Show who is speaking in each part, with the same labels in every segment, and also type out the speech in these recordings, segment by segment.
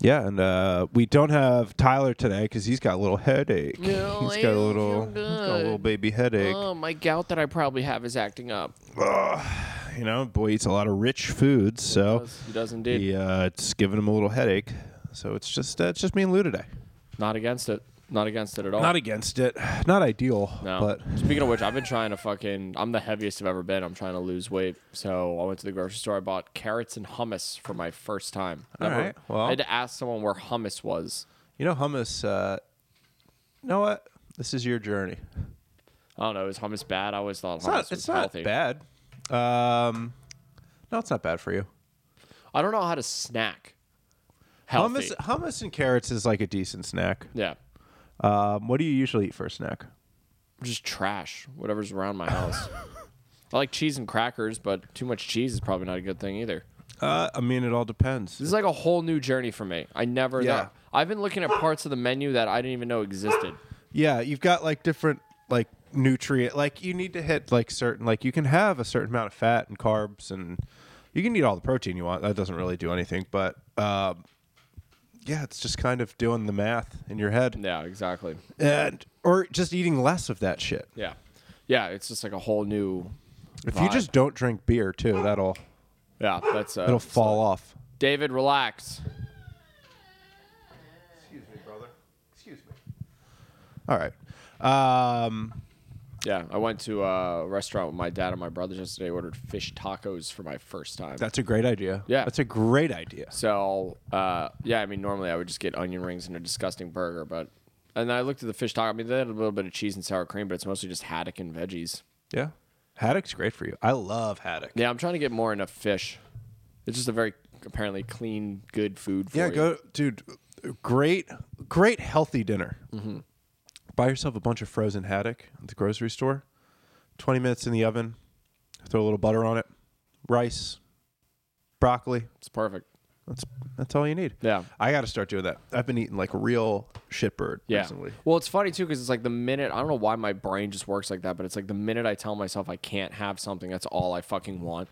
Speaker 1: Yeah, and uh, we don't have Tyler today because he's got a little headache.
Speaker 2: No,
Speaker 1: he's
Speaker 2: I
Speaker 1: got a
Speaker 2: don't
Speaker 1: little,
Speaker 2: feel
Speaker 1: he's got a little
Speaker 2: good.
Speaker 1: baby headache.
Speaker 2: Oh, my gout that I probably have is acting up.
Speaker 1: You know, boy eats a lot of rich foods, so
Speaker 2: Does- He does indeed.
Speaker 1: he, uh, it's giving him a little headache. So it's just uh, it's just me and Lou today.
Speaker 2: Not against it. Not against it at all.
Speaker 1: Not e- against it, not ideal,
Speaker 2: Oh. no.
Speaker 1: but
Speaker 2: Speaking of which, I've been trying to fucking. I'm the heaviest I've ever been. I'm trying to lose weight. So I went to the grocery store. I bought carrots and hummus for my first time.
Speaker 1: All right, well.
Speaker 2: I had to ask someone where hummus was.
Speaker 1: you know, hummus. Uh, you know what? This is your journey.
Speaker 2: I don't know. Is hummus bad? I always thought
Speaker 1: It's
Speaker 2: hummus
Speaker 1: not.
Speaker 2: was
Speaker 1: It's not
Speaker 2: healthy.
Speaker 1: bad. Um, no, it's not bad for you.
Speaker 2: I don't know how to snack. Healthy.
Speaker 1: Hummus, hummus and carrots is like a decent snack.
Speaker 2: Yeah.
Speaker 1: Um, what do you usually eat for a snack?
Speaker 2: Just trash. Whatever's around my house. I like cheese and crackers, but too much cheese is probably not a good thing either.
Speaker 1: Uh, I mean, it all depends.
Speaker 2: This is like a whole new journey for me. I never
Speaker 1: Yeah.
Speaker 2: know. I've been looking at parts of the menu that I didn't even know existed.
Speaker 1: Yeah, you've got like different like nutrient. Like you need to hit like certain. Like you can have a certain amount of fat and carbs, and you can eat all the protein you want. That doesn't really do anything. But um, yeah, it's just kind of doing the math in your head,
Speaker 2: Yeah, exactly.
Speaker 1: and or just eating less of that shit.
Speaker 2: Yeah. Yeah, it's just like a whole new
Speaker 1: If you
Speaker 2: vibe.
Speaker 1: just don't drink beer too, that'll
Speaker 2: Yeah, that's uh,
Speaker 1: it'll fall off.
Speaker 2: David, relax.
Speaker 1: Excuse me, brother. Excuse me. All right. Um,
Speaker 2: Yeah, I went to a restaurant with my dad and my brothers yesterday, ordered fish tacos for my first time.
Speaker 1: that's a great idea.
Speaker 2: Yeah.
Speaker 1: that's a great idea.
Speaker 2: So, uh, yeah, I mean, normally I would just get onion rings and a disgusting burger, but. And then I looked at the fish taco. I mean, they had a little bit of cheese and sour cream, but it's mostly just haddock and veggies.
Speaker 1: Yeah, haddock's great for you. I love haddock.
Speaker 2: Yeah, I'm trying to get more into fish. It's just a very apparently clean, good food for
Speaker 1: Yeah,
Speaker 2: you.
Speaker 1: go, dude. Great, great healthy dinner.
Speaker 2: Mm-hmm.
Speaker 1: Buy yourself a bunch of frozen haddock at the grocery store. Twenty minutes in the oven. Throw a little butter on it. Rice, broccoli.
Speaker 2: It's perfect.
Speaker 1: That's that's all you need.
Speaker 2: Yeah.
Speaker 1: I got to start doing that. I've been eating like real shitbird
Speaker 2: Yeah.
Speaker 1: recently.
Speaker 2: Well, it's funny too because it's like the minute I don't know why my brain just works like that, but it's like the minute I tell myself I can't have something, that's all I fucking want.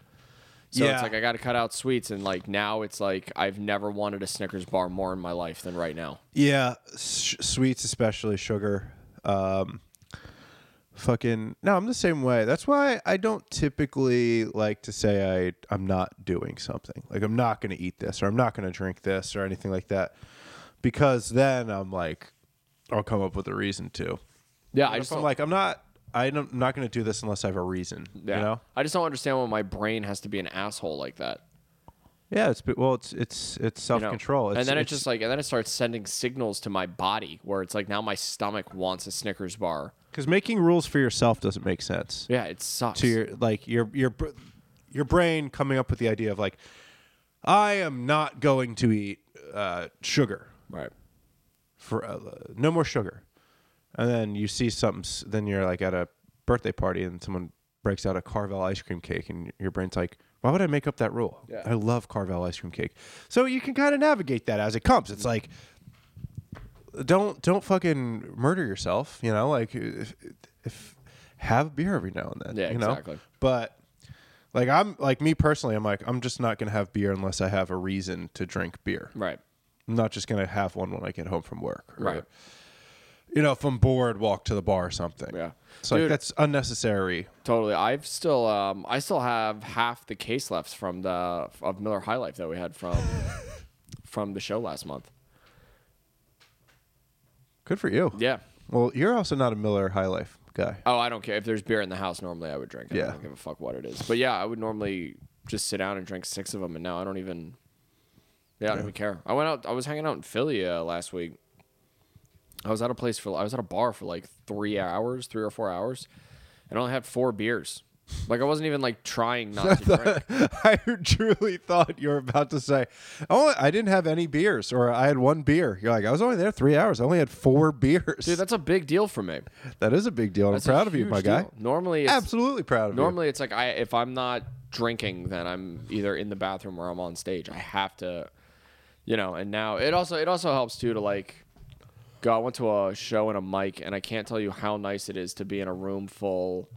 Speaker 2: So
Speaker 1: Yeah.
Speaker 2: it's like I got to cut out sweets, and like now it's like I've never wanted a Snickers bar more in my life than right now.
Speaker 1: Yeah, s- sweets especially sugar. Um, fucking no, I'm the same way. That's why I don't typically like to say I I'm not doing something. Like I'm not going to eat this or I'm not going to drink this or anything like that, because then I'm like, I'll come up with a reason to.
Speaker 2: Yeah, I
Speaker 1: If
Speaker 2: just
Speaker 1: I'm
Speaker 2: don't-
Speaker 1: like I'm not. I don't- I'm not going to do this unless I have a reason.
Speaker 2: yeah.
Speaker 1: You know.
Speaker 2: I just don't understand why my brain has to be an asshole like that.
Speaker 1: Yeah. It's well. It's it's it's self
Speaker 2: you know?
Speaker 1: control.
Speaker 2: And then it just like and then it starts sending signals to my body where it's like now my stomach wants a Snickers bar.
Speaker 1: because making rules for yourself doesn't make sense.
Speaker 2: Yeah, it sucks.
Speaker 1: to your like your your br- your brain coming up with the idea of like I am not going to eat uh, sugar
Speaker 2: right.
Speaker 1: for uh, no more sugar, and then you see something. s- Then you're like at a birthday party and someone breaks out a Carvel ice cream cake, and your brain's like, why would I make up that rule?
Speaker 2: Yeah.
Speaker 1: I love Carvel ice cream cake, so you can kind of navigate that as it comes. It's like don't don't fucking murder yourself. You know, like if, if have a beer every now and then.
Speaker 2: Yeah,
Speaker 1: you know?
Speaker 2: exactly.
Speaker 1: But like I'm like me personally, I'm like I'm just not gonna have beer unless I have a reason to drink beer.
Speaker 2: Right.
Speaker 1: I'm not just gonna have one when I get home from work. or,
Speaker 2: Right.
Speaker 1: You know, if I'm bored, walk to the bar or something.
Speaker 2: Yeah.
Speaker 1: It's like
Speaker 2: Dude.
Speaker 1: that's unnecessary.
Speaker 2: Totally. I've still um I still have half the case left from the of Miller High Life that we had from from the show last month.
Speaker 1: Good for you.
Speaker 2: Yeah.
Speaker 1: Well, you're also not a Miller High Life guy.
Speaker 2: Oh, I don't care. If there's beer in the house, normally I would drink it.
Speaker 1: Yeah.
Speaker 2: I don't give a fuck what it is. But yeah, I would normally just sit down and drink six of them, and now I don't even. Yeah, I don't even care. I went out. I was hanging out in Philly uh, last week. I was at a place for. I was at a bar for like three hours, three or four hours, and I only had four beers. Like I wasn't even like trying not to drink.
Speaker 1: I truly thought you were about to say, "Oh, I didn't have any beers, or I had one beer." You're like, "I was only there three hours. I only had four beers."
Speaker 2: Dude, that's a big deal for me.
Speaker 1: that is a big deal. and I'm
Speaker 2: That's a
Speaker 1: proud of you,
Speaker 2: huge
Speaker 1: my guy.
Speaker 2: deal. Normally, it's,
Speaker 1: Absolutely proud of
Speaker 2: Normally, it's like I if I'm not drinking, then I'm either in the bathroom or I'm on stage. I have to, you know. And now it also it also helps too to like go. I went to a show and a mic, and I can't tell you how nice it is to be in a room full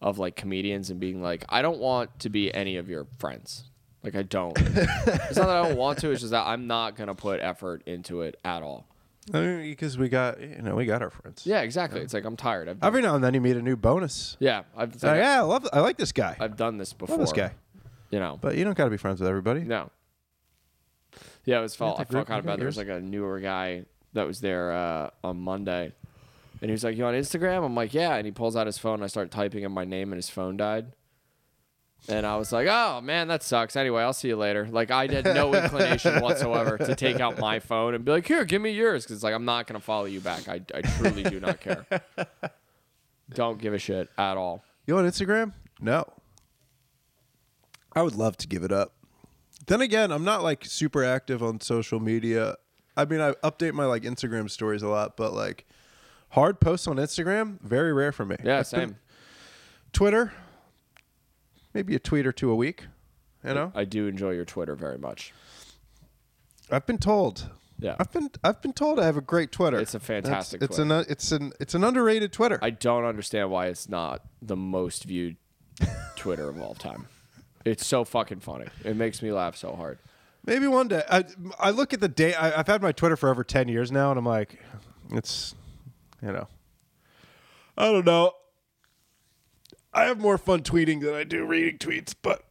Speaker 2: of like comedians and being like, I don't want to be any of your friends. Like I don't. it's not that I don't want to. It's just that I'm not gonna put effort into it at all.
Speaker 1: I mean, because we got you know we got our friends.
Speaker 2: Yeah, exactly. It's like I'm tired. I've done,
Speaker 1: Every now and then you meet a new bonus.
Speaker 2: yeah, I've
Speaker 1: Oh, yeah, I love. I like this guy.
Speaker 2: I've done this before.
Speaker 1: love this guy.
Speaker 2: You know.
Speaker 1: But you don't got to be friends with everybody.
Speaker 2: No. Yeah, it was felt.
Speaker 1: the
Speaker 2: I
Speaker 1: group
Speaker 2: forgot
Speaker 1: you got
Speaker 2: about there was like a newer guy that was there uh, on Monday, and he was like, "You on Instagram?" I'm like, "Yeah," and he pulls out his phone. And I start typing in my name, and his phone died. And I was like, "Oh man, that sucks." Anyway, I'll see you later. Like I had no inclination whatsoever to take out my phone and be like, "Here, give me yours," because like I'm not gonna follow you back. I I truly do not care. Don't give a shit at all.
Speaker 1: You on Instagram? No. I would love to give it up. Then again, I'm not like super active on social media. I mean, I update my like Instagram stories a lot, but like hard posts on Instagram, very rare for me.
Speaker 2: Yeah,
Speaker 1: I've been-
Speaker 2: same.
Speaker 1: Twitter, maybe a tweet or two a week. You know,
Speaker 2: I do enjoy your Twitter very much.
Speaker 1: I've been told.
Speaker 2: Yeah.
Speaker 1: I've been I've been told I have a great Twitter.
Speaker 2: It's a fantastic
Speaker 1: It's, it's
Speaker 2: Twitter.
Speaker 1: an it's an it's an underrated Twitter.
Speaker 2: I don't understand why it's not the most viewed Twitter of all time. It's so fucking funny. It makes me laugh so hard.
Speaker 1: Maybe one day. I I look at the day. I, I've had my Twitter for over ten years now, and I'm like, it's, you know, I don't know. I have more fun tweeting than I do reading tweets, but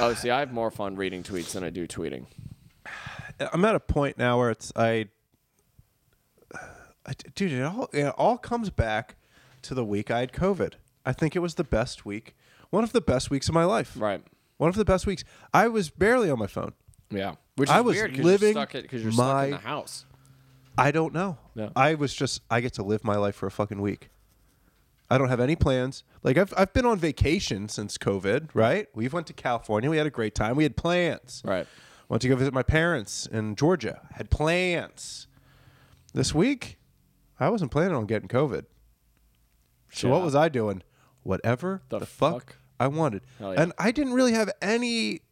Speaker 2: Oh, see, I have more fun reading tweets than I do tweeting.
Speaker 1: I'm at a point now where it's I, I dude, it all it all comes back to the week I had COVID. I think it was the best week, one of the best weeks of my life.
Speaker 2: Right.
Speaker 1: One of the best weeks. I was barely on my phone.
Speaker 2: Yeah. Which is
Speaker 1: I was
Speaker 2: weird
Speaker 1: living
Speaker 2: because you're stuck in
Speaker 1: my-
Speaker 2: the house.
Speaker 1: I don't know.
Speaker 2: No.
Speaker 1: I was just I get to live my life for a fucking week. I don't have any plans. Like I've I've been on vacation since COVID, right? We went to California. We had a great time. We had plans.
Speaker 2: Right.
Speaker 1: Went to go visit my parents in Georgia. Had plans. This week, I wasn't planning on getting COVID. So what
Speaker 2: Yeah.
Speaker 1: was I doing? Whatever the,
Speaker 2: The
Speaker 1: fuck,
Speaker 2: fuck?
Speaker 1: I wanted.
Speaker 2: Hell yeah.
Speaker 1: And I didn't really have any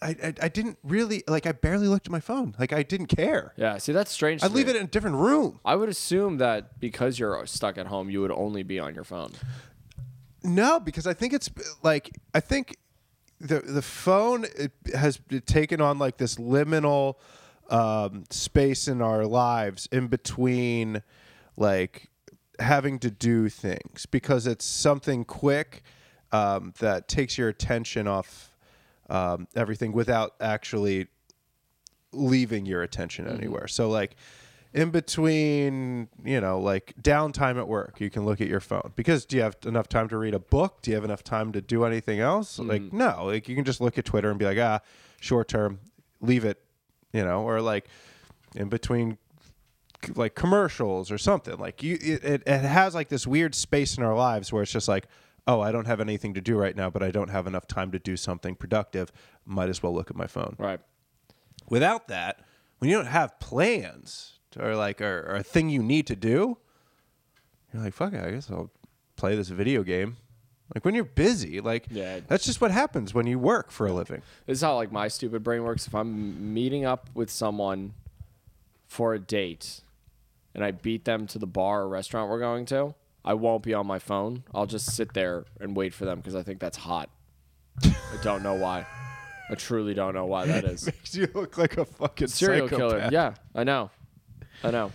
Speaker 1: I, I I didn't really like I barely looked at my phone. Like I didn't care.
Speaker 2: Yeah. See, that's strange.
Speaker 1: I'd
Speaker 2: to
Speaker 1: leave
Speaker 2: me.
Speaker 1: it in a different room.
Speaker 2: I would assume that because you're stuck at home, you would only be on your phone.
Speaker 1: No, because I think it's like I think the the phone it has taken on like this liminal um, space in our lives in between like having to do things because it's something quick um, that takes your attention off um, everything without actually leaving your attention anywhere. So like in between, you know, like downtime at work, you can look at your phone. Because do you have enough time to read a book? Do you have enough time to do anything else? Like no, like you can just look at Twitter and be like, "Ah, short term, leave it," you know, or like in between c- like commercials or something. Like you it, it, it has like this weird space in our lives where it's just like, "Oh, I don't have anything to do right now, but I don't have enough time to do something productive. Might as well look at my phone."
Speaker 2: Right.
Speaker 1: without that, when you don't have plans or like or, or a thing you need to do, you're like, fuck it, I guess I'll play this video game. Like when you're busy, like
Speaker 2: Yeah.
Speaker 1: that's just what happens when you work for a living.
Speaker 2: This is how like my stupid brain works. If I'm meeting up with someone for a date and I beat them to the bar or restaurant we're going to, I won't be on my phone. I'll just sit there and wait for them because I think that's hot. I don't know why. I truly don't know why that is.
Speaker 1: Makes you look like a fucking
Speaker 2: Serial killer.
Speaker 1: psychopath.
Speaker 2: Yeah, I know. I know.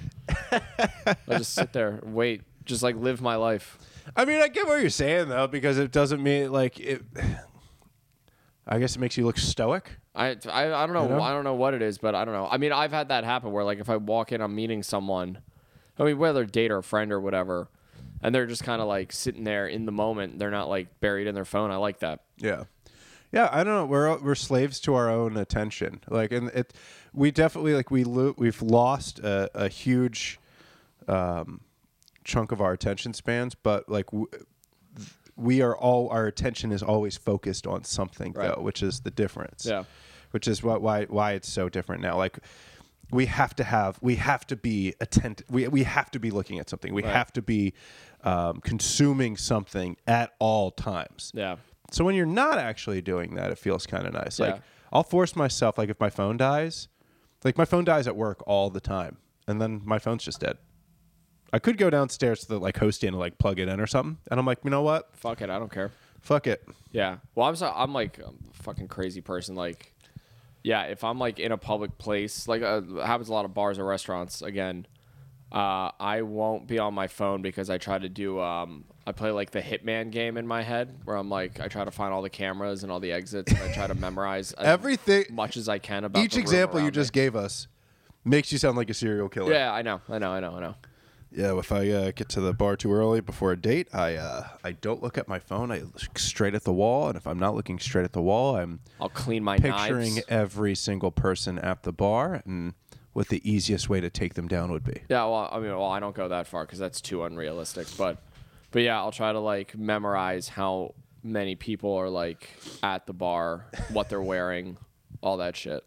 Speaker 2: I just sit there, and wait, just like live my life.
Speaker 1: I mean, I get what you're saying though, because it doesn't mean like it. I guess it makes you look stoic.
Speaker 2: I, I, I don't know,
Speaker 1: know?
Speaker 2: I don't know what it is, but I don't know. I mean, I've had that happen where like if I walk in, I'm meeting someone, I mean whether date or friend or whatever, and they're just kind of like sitting there in the moment. They're not like buried in their phone. I like that.
Speaker 1: Yeah. Yeah, I don't know. We're we're slaves to our own attention. Like, and it, we definitely like we lo- we've lost a, a huge um, chunk of our attention spans. But like, w- we are all our attention is always focused on something
Speaker 2: Right.
Speaker 1: though, which is the difference.
Speaker 2: Yeah.
Speaker 1: Which is what why why it's so different now. Like, we have to have we have to be attentive. We we have to be looking at something. We
Speaker 2: Right.
Speaker 1: have to be um, consuming something at all times.
Speaker 2: Yeah,
Speaker 1: So when you're not actually doing that, it feels kind of nice.
Speaker 2: Yeah.
Speaker 1: Like I'll force myself. Like if my phone dies, like my phone dies at work all the time, and then my phone's just dead. I could go downstairs to the like host stand and like plug it in or something, and I'm like, you know what?
Speaker 2: fuck it, I don't care.
Speaker 1: Fuck it.
Speaker 2: Yeah. Well, I'm so I'm like I'm a fucking crazy person. Like, yeah, if I'm like in a public place, like uh, happens a lot of bars or restaurants. Again, uh, I won't be on my phone because I try to do. Um, I play like the Hitman game in my head, where I'm like I try to find all the cameras and all the exits, and I try to memorize as
Speaker 1: Everything.
Speaker 2: much as I can about
Speaker 1: each
Speaker 2: the room
Speaker 1: example you
Speaker 2: around
Speaker 1: just gave us makes you sound like a serial killer.
Speaker 2: me. Yeah, I know, I know, I know, I know.
Speaker 1: Yeah, if I uh, get to the bar too early before a date, I uh, I don't look at my phone. I look straight at the wall, and if I'm not looking straight at the wall, I'm
Speaker 2: I'll clean my
Speaker 1: picturing
Speaker 2: knives.
Speaker 1: every single person at the bar and what the easiest way to take them down would be.
Speaker 2: Yeah, well, I mean, well, I don't go that far because that's too unrealistic. But, but yeah, I'll try to like memorize how many people are like at the bar, what they're wearing, all that shit.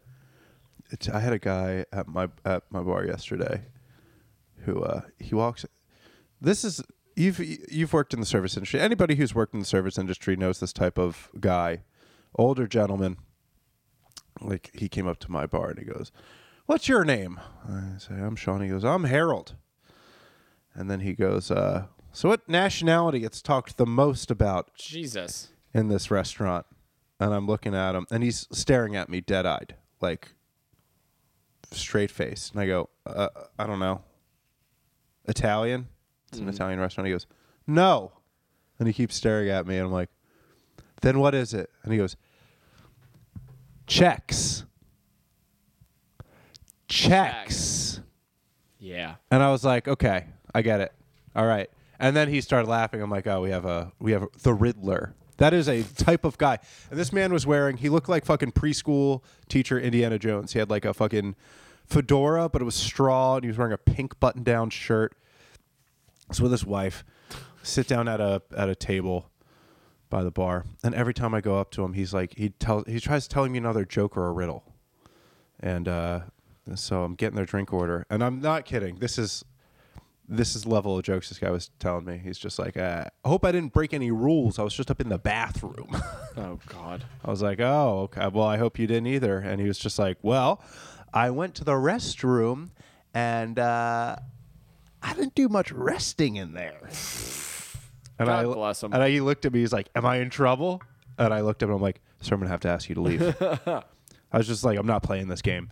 Speaker 1: It's, I had a guy at my at my bar yesterday who uh, he walks. This is you've you've worked in the service industry. Anybody who's worked in the service industry knows this type of guy, older gentleman. Like he came up to my bar and he goes, "What's your name?" I say, "I'm Sean." He goes, "I'm Harold." And then he goes, uh, "So what nationality gets talked the most about
Speaker 2: Jesus.
Speaker 1: in this restaurant and I'm looking at him and he's staring at me dead eyed, like straight face. And I go, uh, I don't know. Italian? It's an Italian restaurant. He goes, No. And he keeps staring at me and I'm like, Then what is it? And he goes, Checks. Checks.
Speaker 2: Yeah.
Speaker 1: And I was like, Okay, I get it. All right. And then he started laughing. I'm like, oh, we have a we have a, the Riddler. That is a type of guy. And this man was wearing. He looked like fucking preschool teacher Indiana Jones. He had like a fucking fedora, but it was straw, and he was wearing a pink button-down shirt. It's with his wife. Sit down at a at a table by the bar, and every time I go up to him, he's like he tells he tries telling me another joke or a riddle, and uh, so I'm getting their drink order, and I'm not kidding. This is this is level of jokes this guy was telling me. He's just like, uh, I hope I didn't break any rules. I was just up in the bathroom.
Speaker 2: Oh God.
Speaker 1: I was like, oh, okay. Well, I hope you didn't either. And he was just like, well, I went to the restroom and uh, I didn't do much resting in there. And
Speaker 2: God
Speaker 1: I,
Speaker 2: bless him.
Speaker 1: And I, he looked at me. He's like, am I in trouble? And I looked up and I'm like, sir, I'm going to have to ask you to leave. I was just like, I'm not playing this game.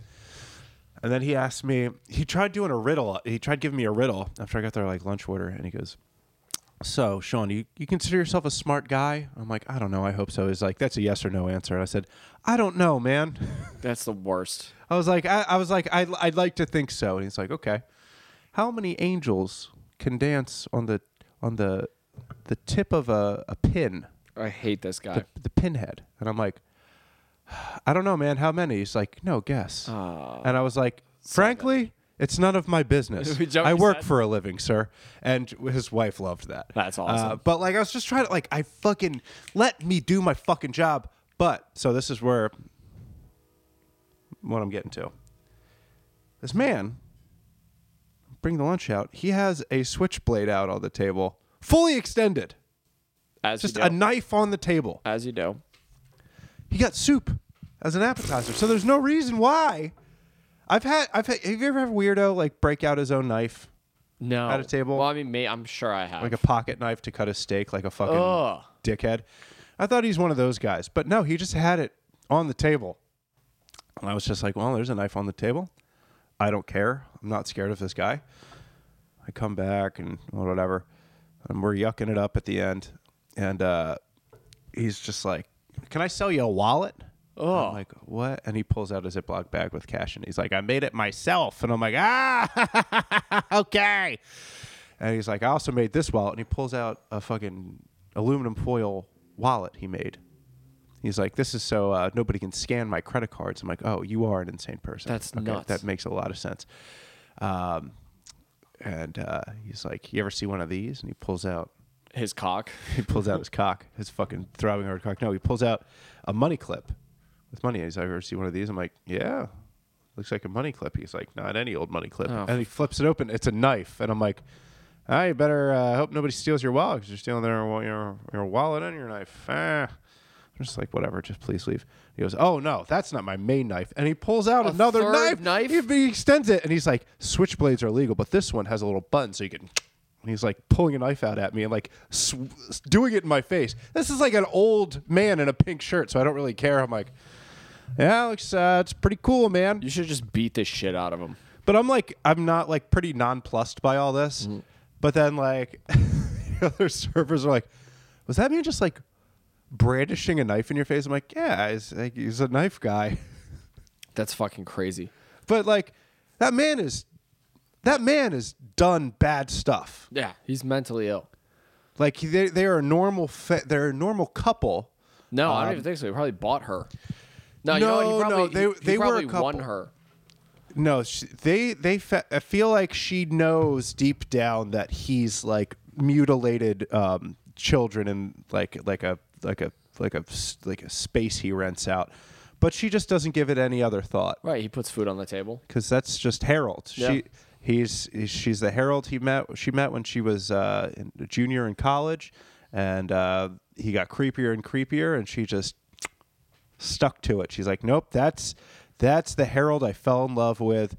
Speaker 1: And then he asked me, he tried doing a riddle. He tried giving me a riddle after I got their like lunch order. And he goes, so, Sean, you, you consider yourself a smart guy? I'm like, I don't know. I hope so. He's like, that's a yes or no answer. And I said, I don't know, man.
Speaker 2: That's the worst.
Speaker 1: I was like, I, I was like, I, I'd like to think so. And he's like, okay. How many angels can dance on the on the the tip of a, a pin,
Speaker 2: I hate this guy.
Speaker 1: the pinhead? And I'm like, I don't know, man. How many? He's like, no, guess.
Speaker 2: Ah.
Speaker 1: and I was like, frankly, it's none of my business.
Speaker 2: Is that what
Speaker 1: I
Speaker 2: you
Speaker 1: work
Speaker 2: said?
Speaker 1: for a living, sir. And his wife loved that.
Speaker 2: That's
Speaker 1: Uh,
Speaker 2: awesome.
Speaker 1: but like, I was just trying to like, I fucking let me do my fucking job. But so this is where what I'm getting to. This man, bring the lunch out. He has a switchblade out on the table, fully extended,
Speaker 2: As
Speaker 1: just
Speaker 2: you
Speaker 1: a
Speaker 2: do.
Speaker 1: knife on the table.
Speaker 2: As you do.
Speaker 1: He got soup as an appetizer. So there's no reason why. I've had I've had, have you ever had a weirdo like break out his own knife
Speaker 2: No.
Speaker 1: At a table?
Speaker 2: Well, I mean, may, I'm sure I have.
Speaker 1: like a pocket knife to cut a steak like a fucking
Speaker 2: Ugh.
Speaker 1: dickhead? I thought he's one of those guys, but no, he just had it on the table. And I was just like, well, there's a knife on the table. I don't care. I'm not scared of this guy. I come back and whatever. And we're yucking it up at the end. And uh, he's just like, Can I sell you a wallet? Oh. I'm like, What? And he pulls out a Ziploc bag with cash and he's like, I made it myself. And I'm like, Ah, okay. And he's like, I also made this wallet. And he pulls out a fucking aluminum foil wallet he made. He's like, This is so uh, nobody can scan my credit cards. I'm like, Oh, you are an insane person.
Speaker 2: That's nuts.
Speaker 1: That makes a lot of sense. Um, and uh, he's like, "You ever see one of these?" And he pulls out,
Speaker 2: His cock.
Speaker 1: he pulls out his cock, his fucking throbbing hard cock. No, he pulls out a money clip with money. He's like, "Ever see one of these?" I'm like, "Yeah, looks like a money clip." He's like, "Not any old money clip."
Speaker 2: Oh.
Speaker 1: And he flips it open. It's a knife, and I'm like, "I better uh, hope nobody steals your wallet because you're stealing their wa- your your wallet and your knife." Ah. I'm just like, "Whatever, just please leave." He goes, "Oh no, that's not my main knife," and he pulls out
Speaker 2: A
Speaker 1: another
Speaker 2: third
Speaker 1: knife.
Speaker 2: knife?
Speaker 1: He he extends it and he's like, switchblades are illegal, but this one has a little button so you can And he's like pulling a knife out at me and like sw- doing it in my face. This is like an old man in a pink shirt, so I don't really care. I'm like, yeah, Alex, uh, it's pretty cool, man.
Speaker 2: You should just beat the shit out of him.
Speaker 1: But I'm like, I'm not like pretty nonplussed by all this. But then like the other servers are like, was that man just like brandishing a knife in your face? I'm like, yeah, he's, like, he's a knife guy.
Speaker 2: That's fucking crazy.
Speaker 1: But like that man is that man has done bad stuff.
Speaker 2: Yeah, he's mentally ill.
Speaker 1: Like they they are a normal fa- they're a normal couple.
Speaker 2: No, I don't even think so. He probably bought her. No, you know
Speaker 1: Um, No,
Speaker 2: what? He probably,
Speaker 1: no, they-
Speaker 2: he- he
Speaker 1: they were a
Speaker 2: probably won
Speaker 1: couple.
Speaker 2: her.
Speaker 1: No, sh they they fe- I feel like she knows deep down that he's like mutilated um, children and like like a like a like a s- like a space he rents out, but she just doesn't give it any other thought
Speaker 2: Right, he puts food on the table.
Speaker 1: because that's just Harold.
Speaker 2: Yeah.
Speaker 1: She he's, he's she's the Harold he met she met when she was uh, in, a junior in college, and uh, he got creepier and creepier, and she just stuck to it. She's like, nope, that's that's the Harold I fell in love with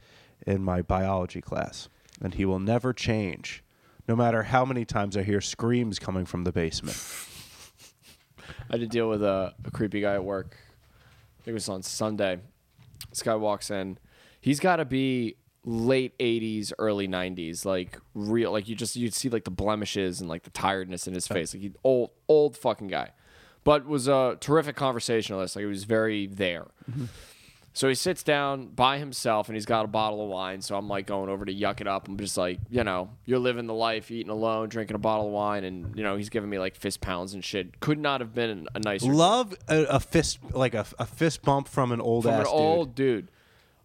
Speaker 1: in my biology class, and he will never change. No matter how many times I hear screams coming from the basement.
Speaker 2: I had to deal with a, a creepy guy at work. I think it was on Sunday. This guy walks in. He's got to be late 80s, early 90s, like real. Like you just you'd see like the blemishes and like the tiredness in his face. Like he old old fucking guy, but was a terrific conversationalist. Like he was very there.
Speaker 1: Mm-hmm.
Speaker 2: So he sits down by himself and he's got a bottle of wine. So I'm like going over to yuck it up. I'm just like, you know, you're living the life, eating alone, drinking a bottle of wine, and you know he's giving me like fist pounds and shit. Could not have been a nicer
Speaker 1: Love a, a fist like a, a fist bump from an old
Speaker 2: from
Speaker 1: ass
Speaker 2: an old dude.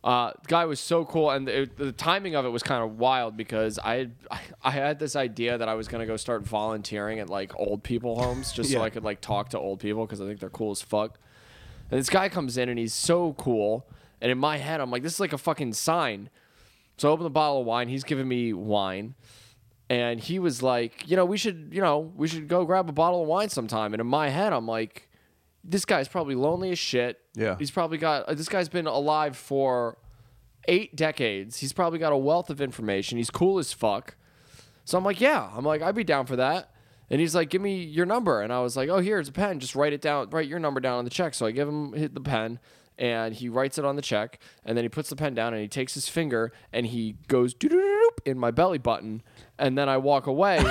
Speaker 2: Uh, the guy was so cool, and it, the timing of it was kind of wild because I had I had this idea that I was gonna go start volunteering at like old people homes just so
Speaker 1: Yeah.
Speaker 2: I could like talk to old people because I think they're cool as fuck. And this guy comes in and he's so cool, and in my head I'm like, this is like a fucking sign. So I open the bottle of wine. He's giving me wine. And he was like, you know, we should, you know, we should go grab a bottle of wine sometime. And in my head, I'm like, this guy's probably lonely as shit.
Speaker 1: Yeah.
Speaker 2: He's probably got, uh, this guy's been alive for eight decades. He's probably got a wealth of information. He's cool as fuck. So I'm like, yeah. I'm like, I'd be down for that. And he's like, give me your number. And I was like, oh, here's a pen. Just write it down. Write your number down on the check. So I give him hit the pen and he writes it on the check. And then he puts the pen down and he takes his finger and he goes doo-doo-doo-doo in my belly button. And then I walk away.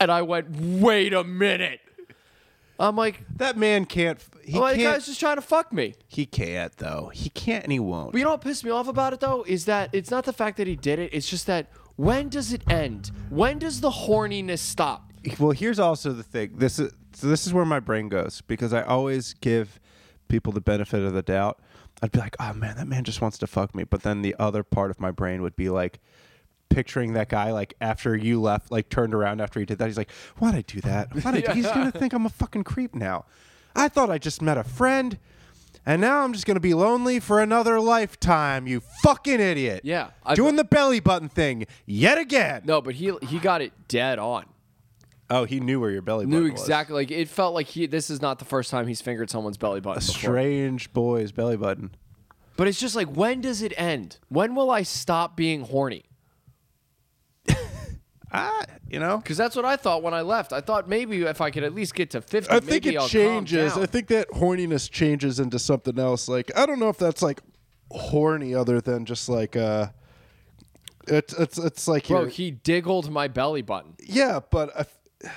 Speaker 2: and I went, wait a minute. I'm like,
Speaker 1: That man can't. He
Speaker 2: oh, that
Speaker 1: can't.
Speaker 2: guy's just trying to fuck me.
Speaker 1: He can't though. He can't and he won't.
Speaker 2: But you know what pissed me off about it though is that it's not the fact that he did it. It's just that when does it end? When does the horniness stop?
Speaker 1: well, here's also the thing. This is so this is where my brain goes because I always give people the benefit of the doubt. I'd be like, "Oh man, that man just wants to fuck me." But then the other part of my brain would be like picturing that guy like after you left, like turned around after he did that. He's like, "Why'd I do that? Why'd I do? He's going to think I'm a fucking creep now." I thought I just met a friend. And now I'm just gonna be lonely for another lifetime, you fucking idiot!
Speaker 2: Yeah, I've-
Speaker 1: doing the belly button thing yet again.
Speaker 2: No, but he he got it dead on.
Speaker 1: Oh, he knew where your belly button
Speaker 2: Knew
Speaker 1: was.
Speaker 2: exactly like it felt like he. This is not the first time he's fingered someone's belly button. Before.
Speaker 1: Strange boy's belly button.
Speaker 2: But it's just like when does it end? When will I stop being horny?
Speaker 1: Ah, you know.
Speaker 2: Because that's what I thought when I left. I thought maybe if I could at least get to fifty,
Speaker 1: I think
Speaker 2: maybe
Speaker 1: it
Speaker 2: I'll calm
Speaker 1: changes.
Speaker 2: down.
Speaker 1: I think that horniness changes into something else. Like I don't know if that's like horny, other than just like uh, it's it's it's like
Speaker 2: Bro,
Speaker 1: you're-
Speaker 2: he diggled my belly button.
Speaker 1: yeah, but I, am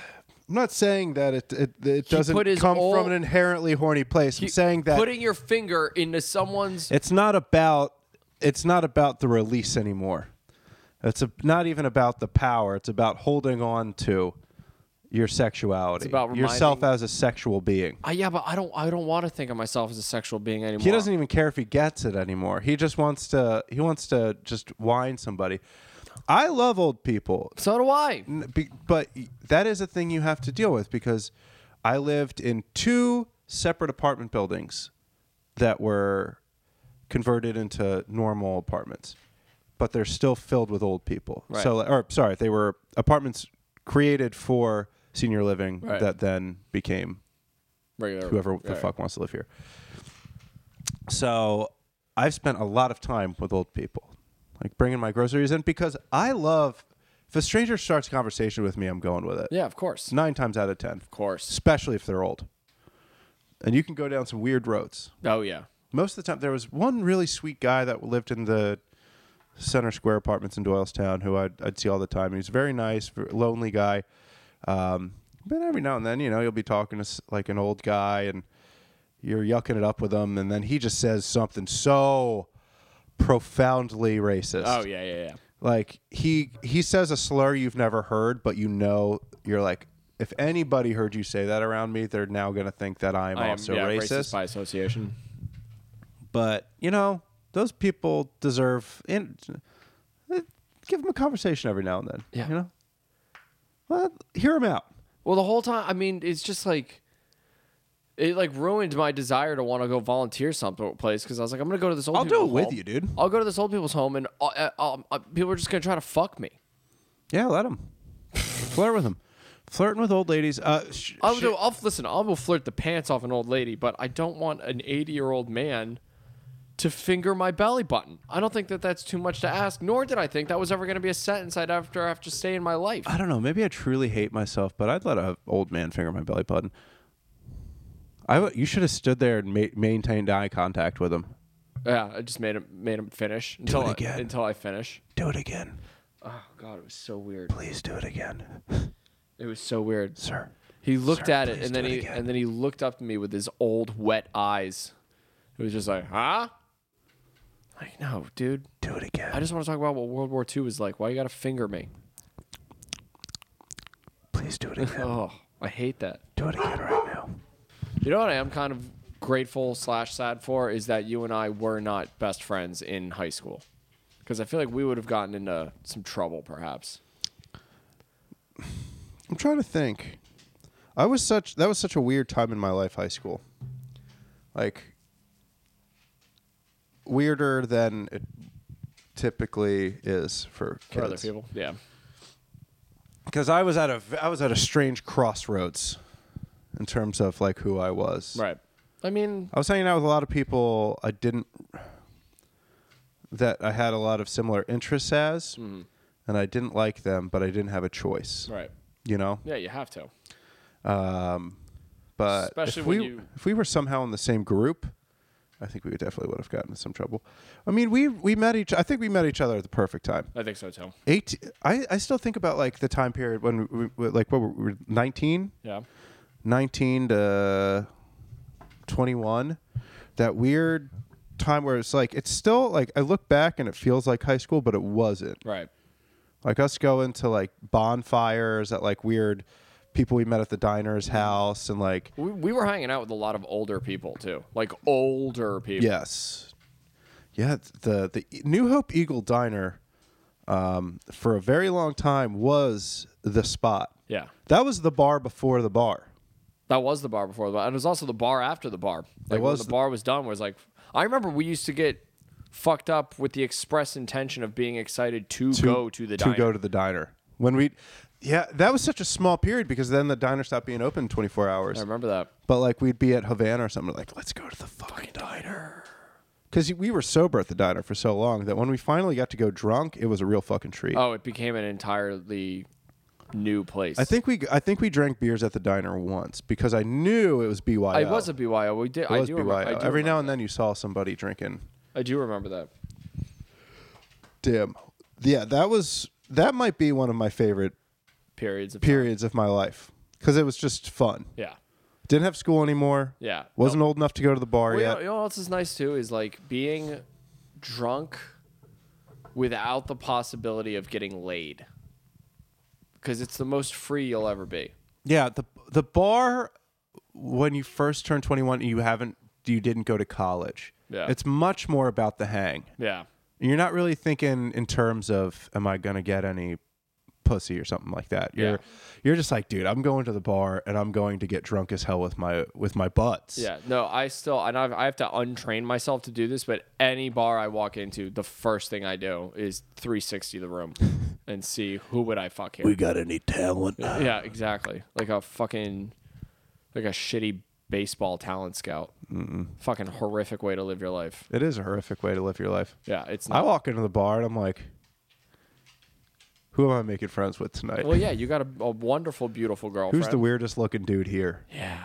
Speaker 1: not saying that it it, it doesn't
Speaker 2: put his
Speaker 1: come
Speaker 2: all-
Speaker 1: from an inherently horny place. I'm saying that
Speaker 2: putting your finger into someone's
Speaker 1: it's not about it's not about the release anymore it's a, not even about the power it's about holding on to your sexuality
Speaker 2: It's about
Speaker 1: yourself
Speaker 2: reminding-
Speaker 1: as a sexual being
Speaker 2: I, yeah, but I don't. I don't want to think of myself as a sexual being anymore.
Speaker 1: he doesn't even care if he gets it anymore he just wants to he wants to just whine somebody i love old people
Speaker 2: So do I.
Speaker 1: N- be- but that is a thing you have to deal with because I lived in two separate apartment buildings that were converted into normal apartments, but they're still filled with old people.
Speaker 2: Right.
Speaker 1: So, or sorry, they were apartments created for senior living
Speaker 2: Right.
Speaker 1: that then became
Speaker 2: Regular.
Speaker 1: whoever the
Speaker 2: right.
Speaker 1: fuck wants to live here. So I've spent a lot of time with old people, like bringing my groceries in because I love If a stranger starts a conversation with me, I'm going with it.
Speaker 2: Yeah, of course.
Speaker 1: Nine times out of ten,
Speaker 2: Of course.
Speaker 1: especially if they're old. And you can go down some weird roads.
Speaker 2: Oh yeah.
Speaker 1: Most of the time, there was one really sweet guy that lived in the Center Square apartments in Doylestown who I'd, I'd see all the time. He was very nice, ver- lonely guy. Um, but every now and then, you know, you'll be talking to s- like an old guy and you're yucking it up with him. And then he just says something so profoundly racist.
Speaker 2: Oh yeah, yeah, yeah.
Speaker 1: Like he he says a slur you've never heard, but you know you're like, if anybody heard you say that around me, they're now gonna think that I'm
Speaker 2: I am
Speaker 1: also
Speaker 2: yeah,
Speaker 1: racist.
Speaker 2: by association.
Speaker 1: but you know, those people deserve in eh, give them a conversation every now and then.
Speaker 2: Yeah.
Speaker 1: you know, well, hear them out.
Speaker 2: Well, the whole time, I mean, it's just like it like ruined my desire to want to go volunteer someplace because I was like, I'm gonna go to this old.
Speaker 1: I'll do
Speaker 2: people
Speaker 1: it with
Speaker 2: home.
Speaker 1: you, dude.
Speaker 2: I'll go to this old people's home, and uh, uh, um, uh, people are just gonna try to fuck me.
Speaker 1: Yeah, let them flirt with them. Flirting with old ladies. Uh, sh-
Speaker 2: I'll,
Speaker 1: sh-
Speaker 2: do, I'll listen. I will flirt the pants off an old lady, but I don't want an 80 year old man to finger my belly button. I don't think that that's too much to ask. Nor did I think that was ever going to be a sentence I'd after have to stay in my life.
Speaker 1: I don't know. Maybe I truly hate myself, but I'd let a old man finger my belly button. I w- you should have stood there and ma- maintained eye contact with him.
Speaker 2: Yeah, I just made him made him finish until I,
Speaker 1: again.
Speaker 2: until I finish.
Speaker 1: Do it again.
Speaker 2: Oh God, it was so weird.
Speaker 1: Please do it again,
Speaker 2: It was so weird.
Speaker 1: sir.
Speaker 2: He looked
Speaker 1: Sir,
Speaker 2: at it
Speaker 1: please
Speaker 2: and
Speaker 1: do
Speaker 2: then
Speaker 1: it
Speaker 2: he
Speaker 1: again.
Speaker 2: and then he looked up at me with his old wet eyes. It was just like, huh? Like, no, dude.
Speaker 1: Do it
Speaker 2: I
Speaker 1: again.
Speaker 2: just want to talk about what World War II was like. Why you gotta finger me?
Speaker 1: Please do it again.
Speaker 2: Oh, I hate that.
Speaker 1: do it again right now.
Speaker 2: You know what I am kind of grateful slash sad for is that you and I were not best friends in high school, because I feel like we would have gotten into some trouble perhaps.
Speaker 1: I'm trying to think. I was such that was such a weird time in my life, high school. Like weirder than it typically is for,
Speaker 2: For other people, yeah.
Speaker 1: Because I was at a I was at a strange crossroads in terms of like who I was.
Speaker 2: Right. I mean,
Speaker 1: I was hanging out with a lot of people I didn't that I had a lot of similar interests as, and I didn't like them, but I didn't have a choice.
Speaker 2: Mm-hmm. right.
Speaker 1: You know.
Speaker 2: Yeah, you have to.
Speaker 1: Um, but
Speaker 2: Especially
Speaker 1: if we
Speaker 2: when you-
Speaker 1: if we were somehow in the same group, I think we definitely would have gotten in some trouble. I mean, we we met each. I think we met each other at the perfect time.
Speaker 2: I think so too.
Speaker 1: Eight. I, I still think about like the time period when we, we like what were we 19,
Speaker 2: Yeah.
Speaker 1: 19 to twenty one. That weird time where it's like it's still like I look back and it feels like high school, but it wasn't
Speaker 2: Right.
Speaker 1: like us going to like bonfires at like weird people we met at the diner's house and like
Speaker 2: We, we were hanging out with a lot of older people too, like older people.
Speaker 1: yes yeah the the new hope eagle diner um, for a very long time was the spot
Speaker 2: Yeah.
Speaker 1: that was the bar before the bar
Speaker 2: That was the bar before the bar. And it was also the bar after the bar. Like
Speaker 1: was
Speaker 2: when
Speaker 1: the-
Speaker 2: the bar was done was like I remember we used to get fucked up with the express intention of being excited to, go to the
Speaker 1: to
Speaker 2: diner.
Speaker 1: go to the diner when we yeah that was such a small period because then the diner stopped being open 24
Speaker 2: I
Speaker 1: hours
Speaker 2: remember that.
Speaker 1: but like we'd be at havana or something like let's go to the fucking diner because we were sober at the diner for so long that when we finally got to go drunk it was a real fucking treat
Speaker 2: Oh, it became an entirely new place.
Speaker 1: I think we I think we drank beers at the diner once because I knew it was BYO.
Speaker 2: I was a BYO. We did.
Speaker 1: It
Speaker 2: I
Speaker 1: was
Speaker 2: do
Speaker 1: BYO.
Speaker 2: remember. I do
Speaker 1: Every
Speaker 2: remember,
Speaker 1: now and then you saw somebody drinking
Speaker 2: I do remember that.
Speaker 1: dim. Yeah, that was that might be one of my favorite
Speaker 2: Periods of time.
Speaker 1: periods of my life because it was just fun.
Speaker 2: Yeah.
Speaker 1: Didn't have school anymore.
Speaker 2: Yeah.
Speaker 1: Wasn't old enough to go to the bar
Speaker 2: Well, you,
Speaker 1: yet.
Speaker 2: know, you know what else is nice too is like being drunk without the possibility of getting laid because it's the most free you'll ever be.
Speaker 1: Yeah, the the bar when you first turn 21 and you haven't you didn't go to college.
Speaker 2: Yeah.
Speaker 1: It's much more about the hang.
Speaker 2: Yeah.
Speaker 1: You're not really thinking in terms of am I gonna get any pussy or something like that. You're
Speaker 2: Yeah.
Speaker 1: you're just like, dude, I'm going to the bar and I'm going to get drunk as hell with my with my butts.
Speaker 2: Yeah. No, I still and I've, I have to untrain myself to do this, but any bar I walk into, the first thing I do is 360 the room and see who would I fuck here.
Speaker 1: got any talent?
Speaker 2: yeah, exactly. Like a fucking like a shitty baseball talent scout. Fucking horrific way to live your life.
Speaker 1: It is a horrific way to live your life.
Speaker 2: Yeah, it's
Speaker 1: I
Speaker 2: not
Speaker 1: walk into the bar and I'm like, Who am I making friends with tonight?
Speaker 2: Well, yeah, you got a, a wonderful, beautiful girlfriend.
Speaker 1: Who's the weirdest looking dude here?
Speaker 2: Yeah.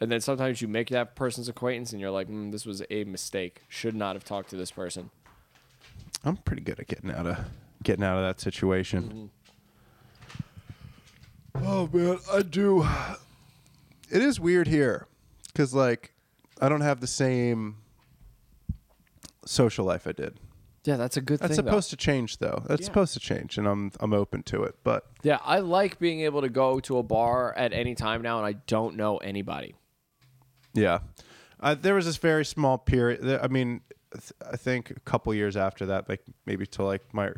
Speaker 2: And then sometimes you make that person's acquaintance and you're like, mm, this was a mistake. Should not have talked to this person.
Speaker 1: I'm pretty good at getting out of getting out of that situation.
Speaker 2: Mm-hmm.
Speaker 1: Oh man, I do. It is weird here cuz like I don't have the same social life I did.
Speaker 2: Yeah, that's a good
Speaker 1: That's
Speaker 2: thing. though.
Speaker 1: supposed to change though. That's
Speaker 2: Yeah.
Speaker 1: supposed to change and I'm I'm open to it, but
Speaker 2: Yeah, I like being able to go to a bar at any time now and I don't know anybody.
Speaker 1: Yeah, uh, there was this very small period. th- I mean, th- I think a couple years after that, like maybe to like my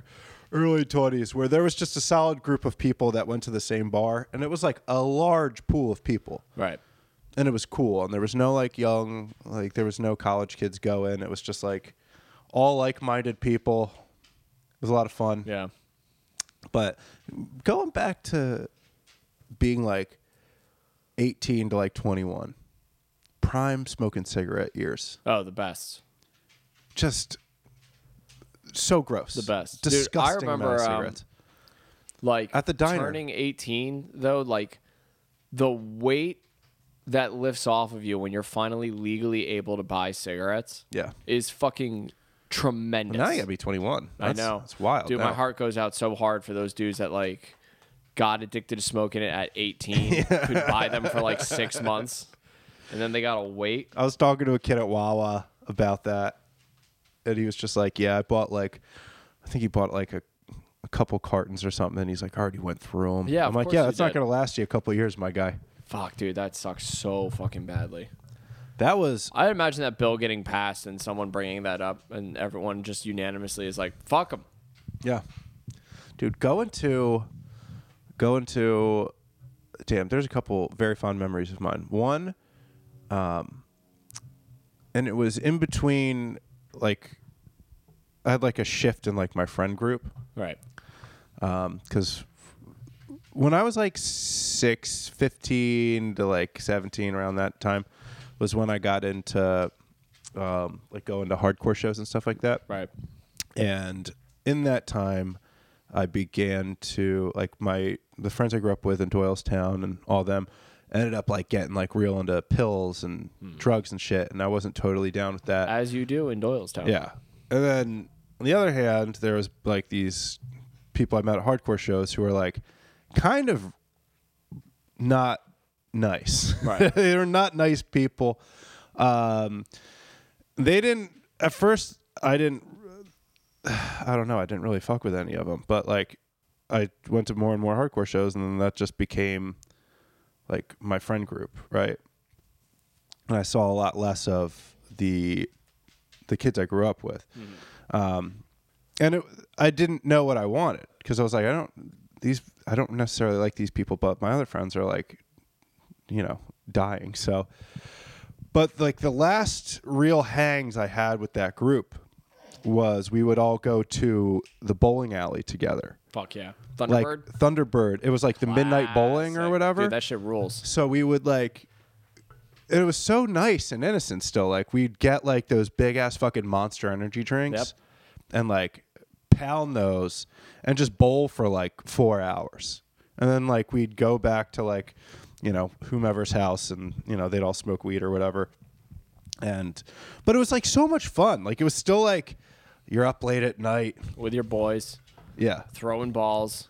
Speaker 1: early twenties, where there was just a solid group of people that went to the same bar, and it was like a large pool of people,
Speaker 2: Right.
Speaker 1: and it was cool. And there was no like young, like there was no college kids going. It was just like all like-minded people. It was a lot of fun.
Speaker 2: Yeah.
Speaker 1: But going back to being like 18 to like 21, prime smoking cigarette years.
Speaker 2: Oh, the best.
Speaker 1: Just so gross.
Speaker 2: The best. Dude, I
Speaker 1: Disgusting amount
Speaker 2: remember,
Speaker 1: of
Speaker 2: um,
Speaker 1: cigarettes.
Speaker 2: Like
Speaker 1: At the diner.
Speaker 2: turning 18 though, like the weight that lifts off of you when you're finally legally able to buy cigarettes
Speaker 1: yeah.
Speaker 2: is fucking tremendous.
Speaker 1: Now you gotta be 21.
Speaker 2: I
Speaker 1: That's-
Speaker 2: know.
Speaker 1: It's wild.
Speaker 2: Dude,
Speaker 1: now.
Speaker 2: my heart goes out so hard for those dudes that like got addicted to smoking it at 18, could buy them for like 6 months and then they got to wait.
Speaker 1: I was talking to a kid at Wawa about that, and he was just like, "Yeah, I bought like, I think he bought like a, a couple cartons or something." And he's like, "I already went through them."
Speaker 2: Yeah,
Speaker 1: I'm
Speaker 2: of
Speaker 1: like,
Speaker 2: course
Speaker 1: "Yeah,
Speaker 2: you
Speaker 1: that's not
Speaker 2: did."
Speaker 1: gonna last you a couple years, my guy."
Speaker 2: Fuck, dude, that sucks so fucking badly.
Speaker 1: That was
Speaker 2: I imagine that bill getting passed and someone bringing that up and everyone just unanimously is like, fuck them.
Speaker 1: Yeah. Dude, going to going to damn, there's a couple very fond memories of mine. One um and it was in between like I had like a shift in like my friend group
Speaker 2: Right.
Speaker 1: cuz when I was like 6, 15 to like 17 around that time was when I got into um, like going to hardcore shows and stuff like that.
Speaker 2: Right.
Speaker 1: And in that time, I began to like my the friends I grew up with in Doylestown and all them ended up like getting like real into pills and drugs and shit, and I wasn't totally down with that.
Speaker 2: As you do in Doylestown.
Speaker 1: yeah. And then on the other hand, there was like these people I met at hardcore shows who were like kind of not nice.
Speaker 2: Right.
Speaker 1: they were not nice people. Um, they didn't at first. I didn't. I don't know. I didn't really fuck with any of them. But like, I went to more and more hardcore shows, and then that just became like my friend group, right? And I saw a lot less of the the kids I grew up with. Um, and it, I didn't know what I wanted because I was like, I don't these I don't necessarily like these people, but my other friends are like, you know, dying. So, but like the last real hangs I had with that group was we would all go to the bowling alley together,
Speaker 2: Fuck yeah.
Speaker 1: like
Speaker 2: Thunderbird.
Speaker 1: Thunderbird. It was like the midnight bowling or
Speaker 2: Classic.
Speaker 1: whatever.
Speaker 2: Dude, that shit rules.
Speaker 1: So we would like it was so nice and innocent still. Like we'd get like those big ass fucking monster energy drinks and like pound those and just bowl for like four hours. And then like we'd go back to like, you know, whomever's house and you know, they'd all smoke weed or whatever. And but it was like so much fun. Like it was still like you're up late at night.
Speaker 2: With your boys,
Speaker 1: Yeah.
Speaker 2: throwing balls.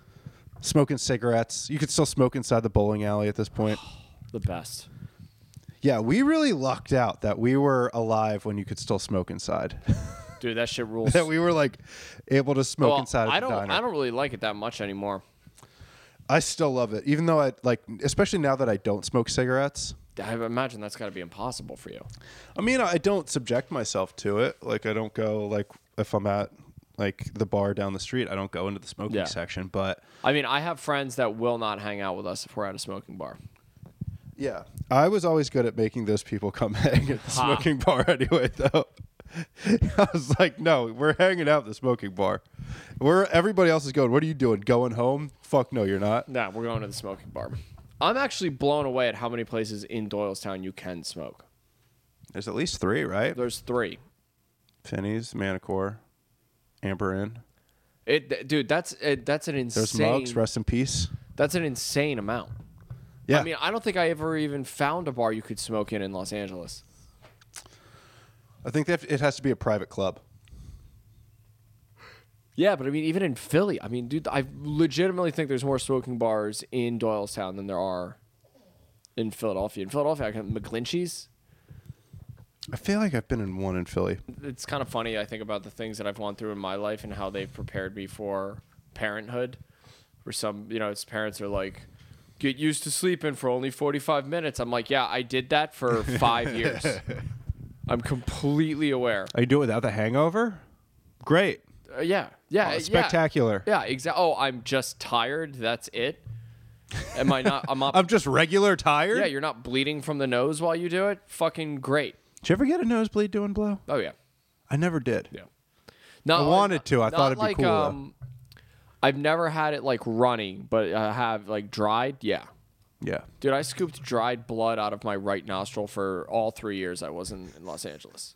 Speaker 1: Smoking cigarettes. You could still smoke inside the bowling alley at this point.
Speaker 2: The best.
Speaker 1: Yeah, we really lucked out that we were alive when you could still smoke inside.
Speaker 2: Dude, that shit rules.
Speaker 1: that we were like able to smoke
Speaker 2: Well,
Speaker 1: inside at
Speaker 2: I
Speaker 1: the
Speaker 2: don't
Speaker 1: diner.
Speaker 2: I don't really like it that much anymore.
Speaker 1: I still love it, even though I like, especially now that I don't smoke cigarettes.
Speaker 2: I imagine that's got to be impossible for you.
Speaker 1: I mean, I don't subject myself to it. Like, I don't go like if I'm at like the bar down the street, I don't go into the smoking
Speaker 2: Yeah.
Speaker 1: section. But
Speaker 2: I mean, I have friends that will not hang out with us if we're at a smoking bar.
Speaker 1: yeah, I was always good at making those people come hang at the
Speaker 2: Ha.
Speaker 1: smoking bar anyway, though. I was like, no, we're hanging out at the smoking bar. We're everybody else is going. What are you doing? Going home? Fuck no, you're not.
Speaker 2: Nah, we're going to the smoking bar. I'm actually blown away at how many places in Doylestown you can smoke.
Speaker 1: There's at least three, right?
Speaker 2: There's three.
Speaker 1: Finney's, Manicore, Amber Inn.
Speaker 2: It, th- dude, that's it, that's an
Speaker 1: There's
Speaker 2: insane.
Speaker 1: mugs. Rest in peace.
Speaker 2: That's an insane amount.
Speaker 1: Yeah.
Speaker 2: I mean, I don't think I ever even found a bar you could smoke in in Los Angeles.
Speaker 1: I think that it has to be a private club.
Speaker 2: Yeah, but I mean, even in Philly, I mean, dude, I legitimately think there's more smoking bars in Doylestown than there are in Philadelphia. In Philadelphia, I can, McGlinchey's.
Speaker 1: I feel like I've been in one in Philly.
Speaker 2: It's kind of funny, I think, about the things that I've gone through in my life and how they've prepared me for parenthood. Where some, you know, its parents are like, get used to sleeping for only 45 minutes. I'm like, yeah, I did that for five years. I'm completely aware.
Speaker 1: Are you doing without the hangover? Great.
Speaker 2: Uh, yeah, yeah, yeah.
Speaker 1: Spectacular.
Speaker 2: Yeah, exactly. Oh, I'm just tired. That's it. Am I not? I'm not.
Speaker 1: I'm just regular tired.
Speaker 2: yeah, you're not bleeding from the nose while you do it. Fucking great.
Speaker 1: Did you ever get a nosebleed doing blow?
Speaker 2: Oh yeah,
Speaker 1: I never did.
Speaker 2: yeah. Not
Speaker 1: I wanted to. I
Speaker 2: not
Speaker 1: thought it'd be
Speaker 2: like,
Speaker 1: cool, though.
Speaker 2: Um, I've never had it like running, but I have like dried. Yeah,
Speaker 1: Yeah.
Speaker 2: dude, I scooped dried blood out of my right nostril for all three years I was in, in Los Angeles.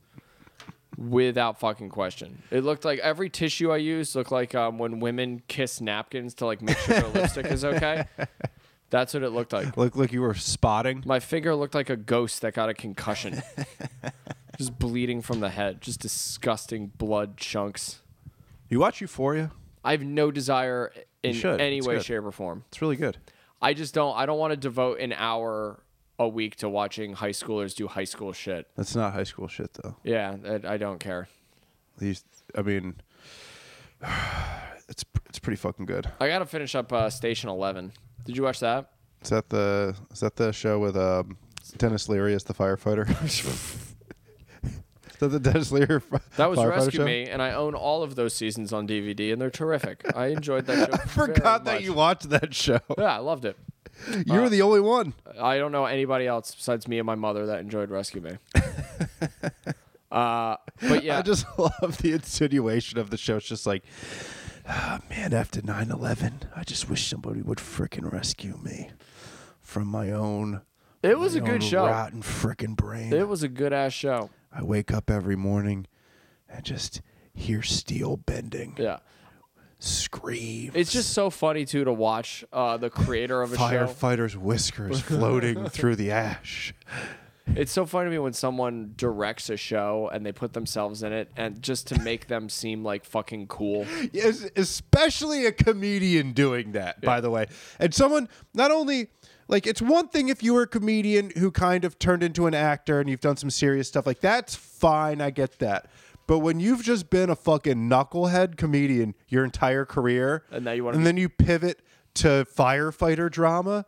Speaker 2: Without fucking question, it looked like every tissue I used looked like um, when women kiss napkins to like make sure their lipstick is okay. That's what it looked like.
Speaker 1: Look, like you were spotting.
Speaker 2: My finger looked like a ghost that got a concussion. just bleeding from the head. Just disgusting blood chunks.
Speaker 1: You watch Euphoria.
Speaker 2: I have no desire in
Speaker 1: should.
Speaker 2: any
Speaker 1: It's
Speaker 2: way,
Speaker 1: good.
Speaker 2: shape, or form.
Speaker 1: It's really good.
Speaker 2: I just don't I don't want to devote an hour a week to watching high schoolers do high school shit.
Speaker 1: That's not high school shit though.
Speaker 2: Yeah, I, I don't care.
Speaker 1: These, I mean, it's it's pretty fucking good.
Speaker 2: I gotta finish up uh, Station Eleven. Did you watch that?
Speaker 1: Is that the is that the show with um, Dennis Leary as the firefighter? is that the Dennis Leary? fi-
Speaker 2: That was
Speaker 1: firefighter
Speaker 2: Rescue
Speaker 1: show?
Speaker 2: Me, and I own all of those seasons on DVD, and they're terrific. I enjoyed that show.
Speaker 1: I forgot
Speaker 2: very
Speaker 1: that you
Speaker 2: much. Uh,
Speaker 1: watched that show.
Speaker 2: Yeah, I loved it.
Speaker 1: You were the only one.
Speaker 2: I don't know anybody else besides me and my mother that enjoyed Rescue Me. uh, but yeah,
Speaker 1: I just love the insinuation of the show. It's just like, "Ah, man, after 9 11, I just wish somebody would frickin' rescue me from my own.
Speaker 2: it was a
Speaker 1: my
Speaker 2: good
Speaker 1: own
Speaker 2: show.
Speaker 1: Rotten frickin' brain.
Speaker 2: It was a good ass show.
Speaker 1: I wake up every morning and just hear steel bending,
Speaker 2: Yeah,
Speaker 1: scream.
Speaker 2: it's just so funny too to watch uh, the creator of a show.
Speaker 1: firefighters' whiskers floating through the ash.
Speaker 2: It's so funny to me when someone directs a show and they put themselves in it, and just to make them seem like fucking cool.
Speaker 1: Yes, especially a comedian doing that, by the way. And someone not only like it's one thing if you were a comedian who kind of turned into an actor and you've done some serious stuff like that's fine, I get that. But when you've just been a fucking knucklehead comedian your entire career
Speaker 2: And now you wanna
Speaker 1: And
Speaker 2: be-
Speaker 1: then you pivot to firefighter drama,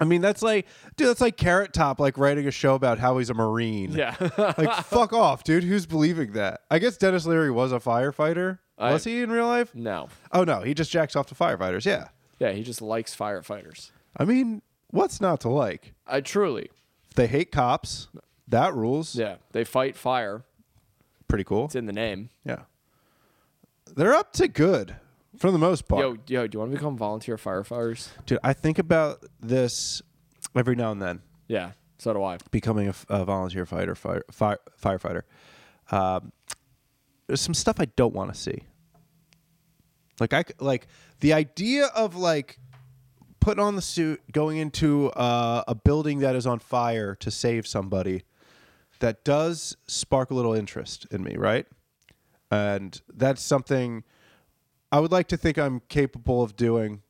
Speaker 1: I mean, that's like, dude, that's like Carrot Top, like writing a show about how he's a Marine.
Speaker 2: Yeah.
Speaker 1: like, fuck off, dude. Who's believing that? I guess Dennis Leary was a firefighter.
Speaker 2: I-
Speaker 1: was he in real life?
Speaker 2: No.
Speaker 1: Oh, no. He just jacks off to firefighters. Yeah.
Speaker 2: Yeah, he just likes firefighters.
Speaker 1: I mean, what's not to like?
Speaker 2: I truly.
Speaker 1: If they hate cops. That rules.
Speaker 2: Yeah, they fight fire.
Speaker 1: Pretty cool.
Speaker 2: It's in the name.
Speaker 1: Yeah. They're up to good for the most part.
Speaker 2: Yo, yo, do you want to become volunteer firefighters?
Speaker 1: Dude, I think about this every now and then.
Speaker 2: Yeah, so do I.
Speaker 1: becoming a, f- a volunteer fighter, fire, fire, firefighter. Um, there's some stuff I don't want to see. Like I c- like the idea of like putting on the suit, going into uh, a building that is on fire to save somebody. That does spark a little interest in me, right? And that's something I would like to think I'm capable of doing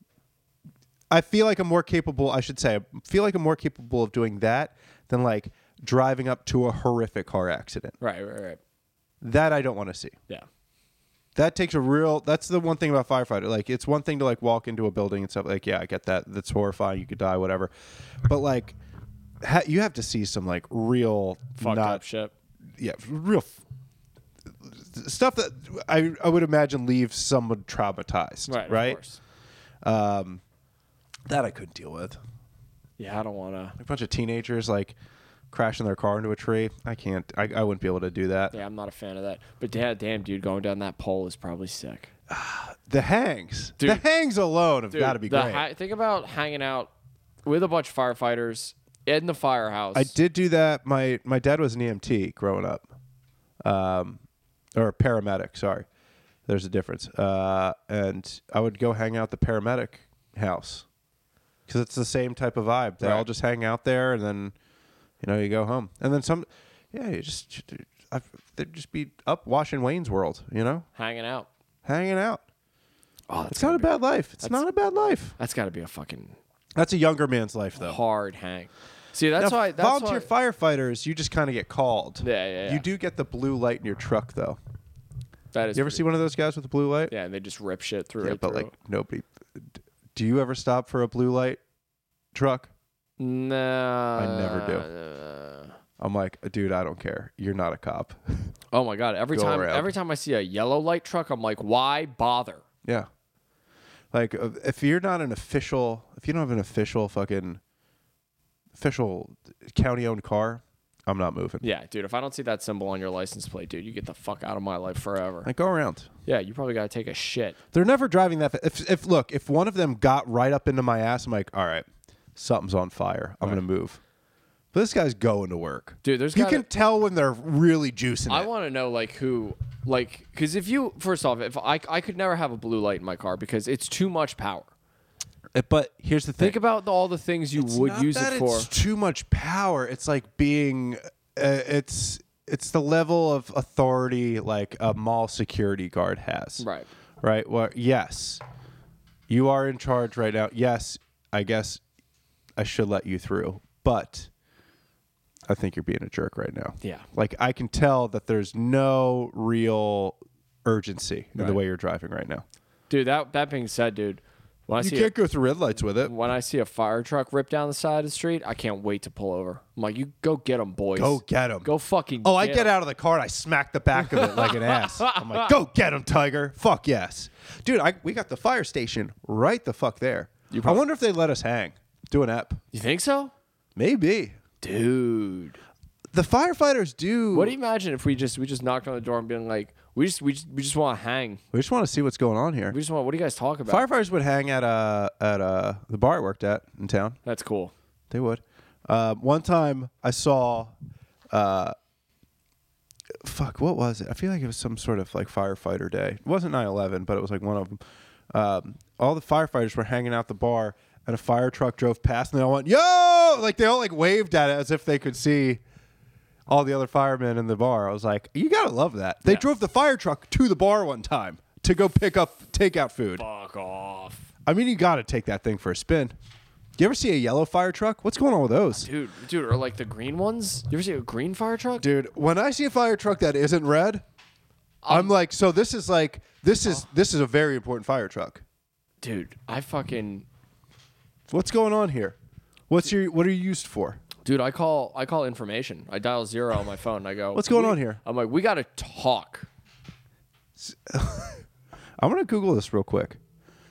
Speaker 1: I feel like I'm more capable. I should say, I feel like I'm more capable of doing that than like driving up to a horrific car accident.
Speaker 2: Right, right, right.
Speaker 1: That I don't want to see.
Speaker 2: Yeah.
Speaker 1: That takes a real. That's the one thing about firefighter. Like, it's one thing to like walk into a building and stuff. Like, yeah, I get that. That's horrifying. You could die, whatever. But like, ha- you have to see some like real
Speaker 2: Fucked
Speaker 1: not
Speaker 2: up shit.
Speaker 1: yeah, real f- stuff that I I would imagine leaves someone traumatized.
Speaker 2: Right, Of
Speaker 1: Right.
Speaker 2: course.
Speaker 1: That I couldn't deal with.
Speaker 2: Yeah, I don't want to.
Speaker 1: a bunch of teenagers like crashing their car into a tree. I can't. I, I wouldn't be able to do that.
Speaker 2: Yeah, I'm not a fan of that. But damn, damn, dude, going down that pole is probably sick.
Speaker 1: The hangs. The
Speaker 2: Dude.
Speaker 1: hangs alone have got to be
Speaker 2: the
Speaker 1: great.
Speaker 2: hi- think about hanging out with a bunch of firefighters in the firehouse.
Speaker 1: I did do that. My E my dad was an EMT growing up, um, or a paramedic. Sorry, There's a difference. Uh, and I would go hang out at the paramedic house because it's the same type of vibe. They all
Speaker 2: Right.
Speaker 1: just hang out there, and then you know you go home, and then some. Yeah, you just I've, they'd just be up watching Wayne's World, you know,
Speaker 2: hanging out.
Speaker 1: hanging out.
Speaker 2: Oh, that's
Speaker 1: It's not a bad life. It's not a bad life.
Speaker 2: That's got to be a fucking
Speaker 1: That's a younger man's life, though.
Speaker 2: hard hang. See, that's
Speaker 1: Now,
Speaker 2: why. That's
Speaker 1: volunteer
Speaker 2: why,
Speaker 1: firefighters, you just kind of get called.
Speaker 2: Yeah, yeah, yeah.
Speaker 1: You do get the blue light in your truck, though.
Speaker 2: That is.
Speaker 1: You ever
Speaker 2: pretty-
Speaker 1: see one of those guys with the blue light?
Speaker 2: Yeah, and they just rip shit through.
Speaker 1: Yeah,
Speaker 2: right
Speaker 1: but
Speaker 2: through.
Speaker 1: like nobody. Do you ever stop for a blue light truck?
Speaker 2: no, I
Speaker 1: never do. I'm like, dude, I don't care. You're not a cop.
Speaker 2: Oh my god! Every
Speaker 1: Go
Speaker 2: time,
Speaker 1: around.
Speaker 2: every time I see a yellow light truck, I'm like, why bother?
Speaker 1: yeah. Like uh, if you're not an official, if you don't have an official fucking official county-owned car, I'm not moving.
Speaker 2: Yeah, dude. If I don't see that symbol on your license plate, dude, you get the fuck out of my life forever.
Speaker 1: Like go around.
Speaker 2: Yeah, you probably gotta take a shit.
Speaker 1: They're never driving that. Fa- if if look, if one of them got right up into my ass, I'm like, all right, something's on fire. I'm gonna move. But this guy's going to work,
Speaker 2: Dude, there's
Speaker 1: you
Speaker 2: gotta-
Speaker 1: can tell when they're really juicing
Speaker 2: I
Speaker 1: it.
Speaker 2: want to know like who, like, because if you first off, if I I could never have a blue light in my car because it's too much power.
Speaker 1: but here's the thing:
Speaker 2: Think about the, all the things you
Speaker 1: It's
Speaker 2: would
Speaker 1: not
Speaker 2: use
Speaker 1: that
Speaker 2: it for.
Speaker 1: It's too much power. It's like being. Uh, it's it's the level of authority like a mall security guard has.
Speaker 2: Right.
Speaker 1: Right. Well, yes, you are in charge right now. Yes, I guess I should let you through, but I think you're being a jerk right now.
Speaker 2: Yeah.
Speaker 1: Like I can tell that there's no real urgency in the
Speaker 2: Right.
Speaker 1: way you're driving right now.
Speaker 2: Dude, that that being said, dude, when I
Speaker 1: You
Speaker 2: see
Speaker 1: can't go through red lights with it.
Speaker 2: a, when I see a fire truck rip down the side of the street, I can't wait to pull over. I'm like, you go get them, boys.
Speaker 1: Go get him.
Speaker 2: Go fucking.
Speaker 1: Oh, I get
Speaker 2: 'em.
Speaker 1: out of the car and I smack the back of it like an ass. I'm like, go get him, Tiger. Fuck yes. Dude, I, we got the fire station right the fuck there.
Speaker 2: You
Speaker 1: I
Speaker 2: probably-
Speaker 1: wonder if they let us hang. Do an app.
Speaker 2: You think so,
Speaker 1: Maybe.
Speaker 2: dude?
Speaker 1: The firefighters do.
Speaker 2: What do you imagine if we just we just knocked on the door and being like, we just we just we just want to hang.
Speaker 1: we just want to see what's going on here.
Speaker 2: We just want. What do you guys talk about?
Speaker 1: Firefighters would hang at uh, at uh, the bar I worked at in town.
Speaker 2: That's cool.
Speaker 1: They would. Uh, one time I saw, uh, fuck, what was it? I feel like it was some sort of like firefighter day. It wasn't 9 11, but it was like one of them. Um, all the firefighters were hanging out the bar, and a fire truck drove past, and they all went, yo! Like they all like waved at it as if they could see all the other firemen in the bar. I was like, you gotta love that. They
Speaker 2: Yeah.
Speaker 1: drove the fire truck to the bar one time to go pick up takeout food.
Speaker 2: Fuck off,
Speaker 1: I mean, you gotta take that thing for a spin. You ever see a yellow fire truck? What's going on with those?
Speaker 2: dude. Dude, or like the green ones. You ever see a green fire truck?
Speaker 1: dude when i see a fire truck that isn't red i'm like so this is like this is this is a very important fire truck
Speaker 2: dude, I fucking
Speaker 1: what's going on here what's your what are you used for
Speaker 2: Dude, I call I call information. I dial zero on my phone. and I go,
Speaker 1: What's going
Speaker 2: "We-"
Speaker 1: on here?
Speaker 2: I'm like, we gotta talk.
Speaker 1: i'm gonna google this real quick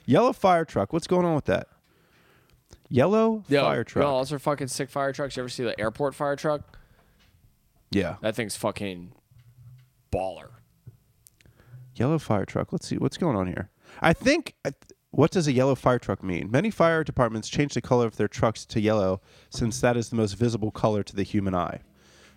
Speaker 1: yellow fire truck what's going on with that yellow
Speaker 2: Yo,
Speaker 1: fire truck
Speaker 2: No, those are fucking sick fire trucks. You ever see the airport fire truck?
Speaker 1: yeah
Speaker 2: That thing's fucking baller.
Speaker 1: yellow fire truck let's see what's going on here i think I th- what does a yellow fire truck mean many fire departments change the color of their trucks to yellow since that is the most visible color to the human eye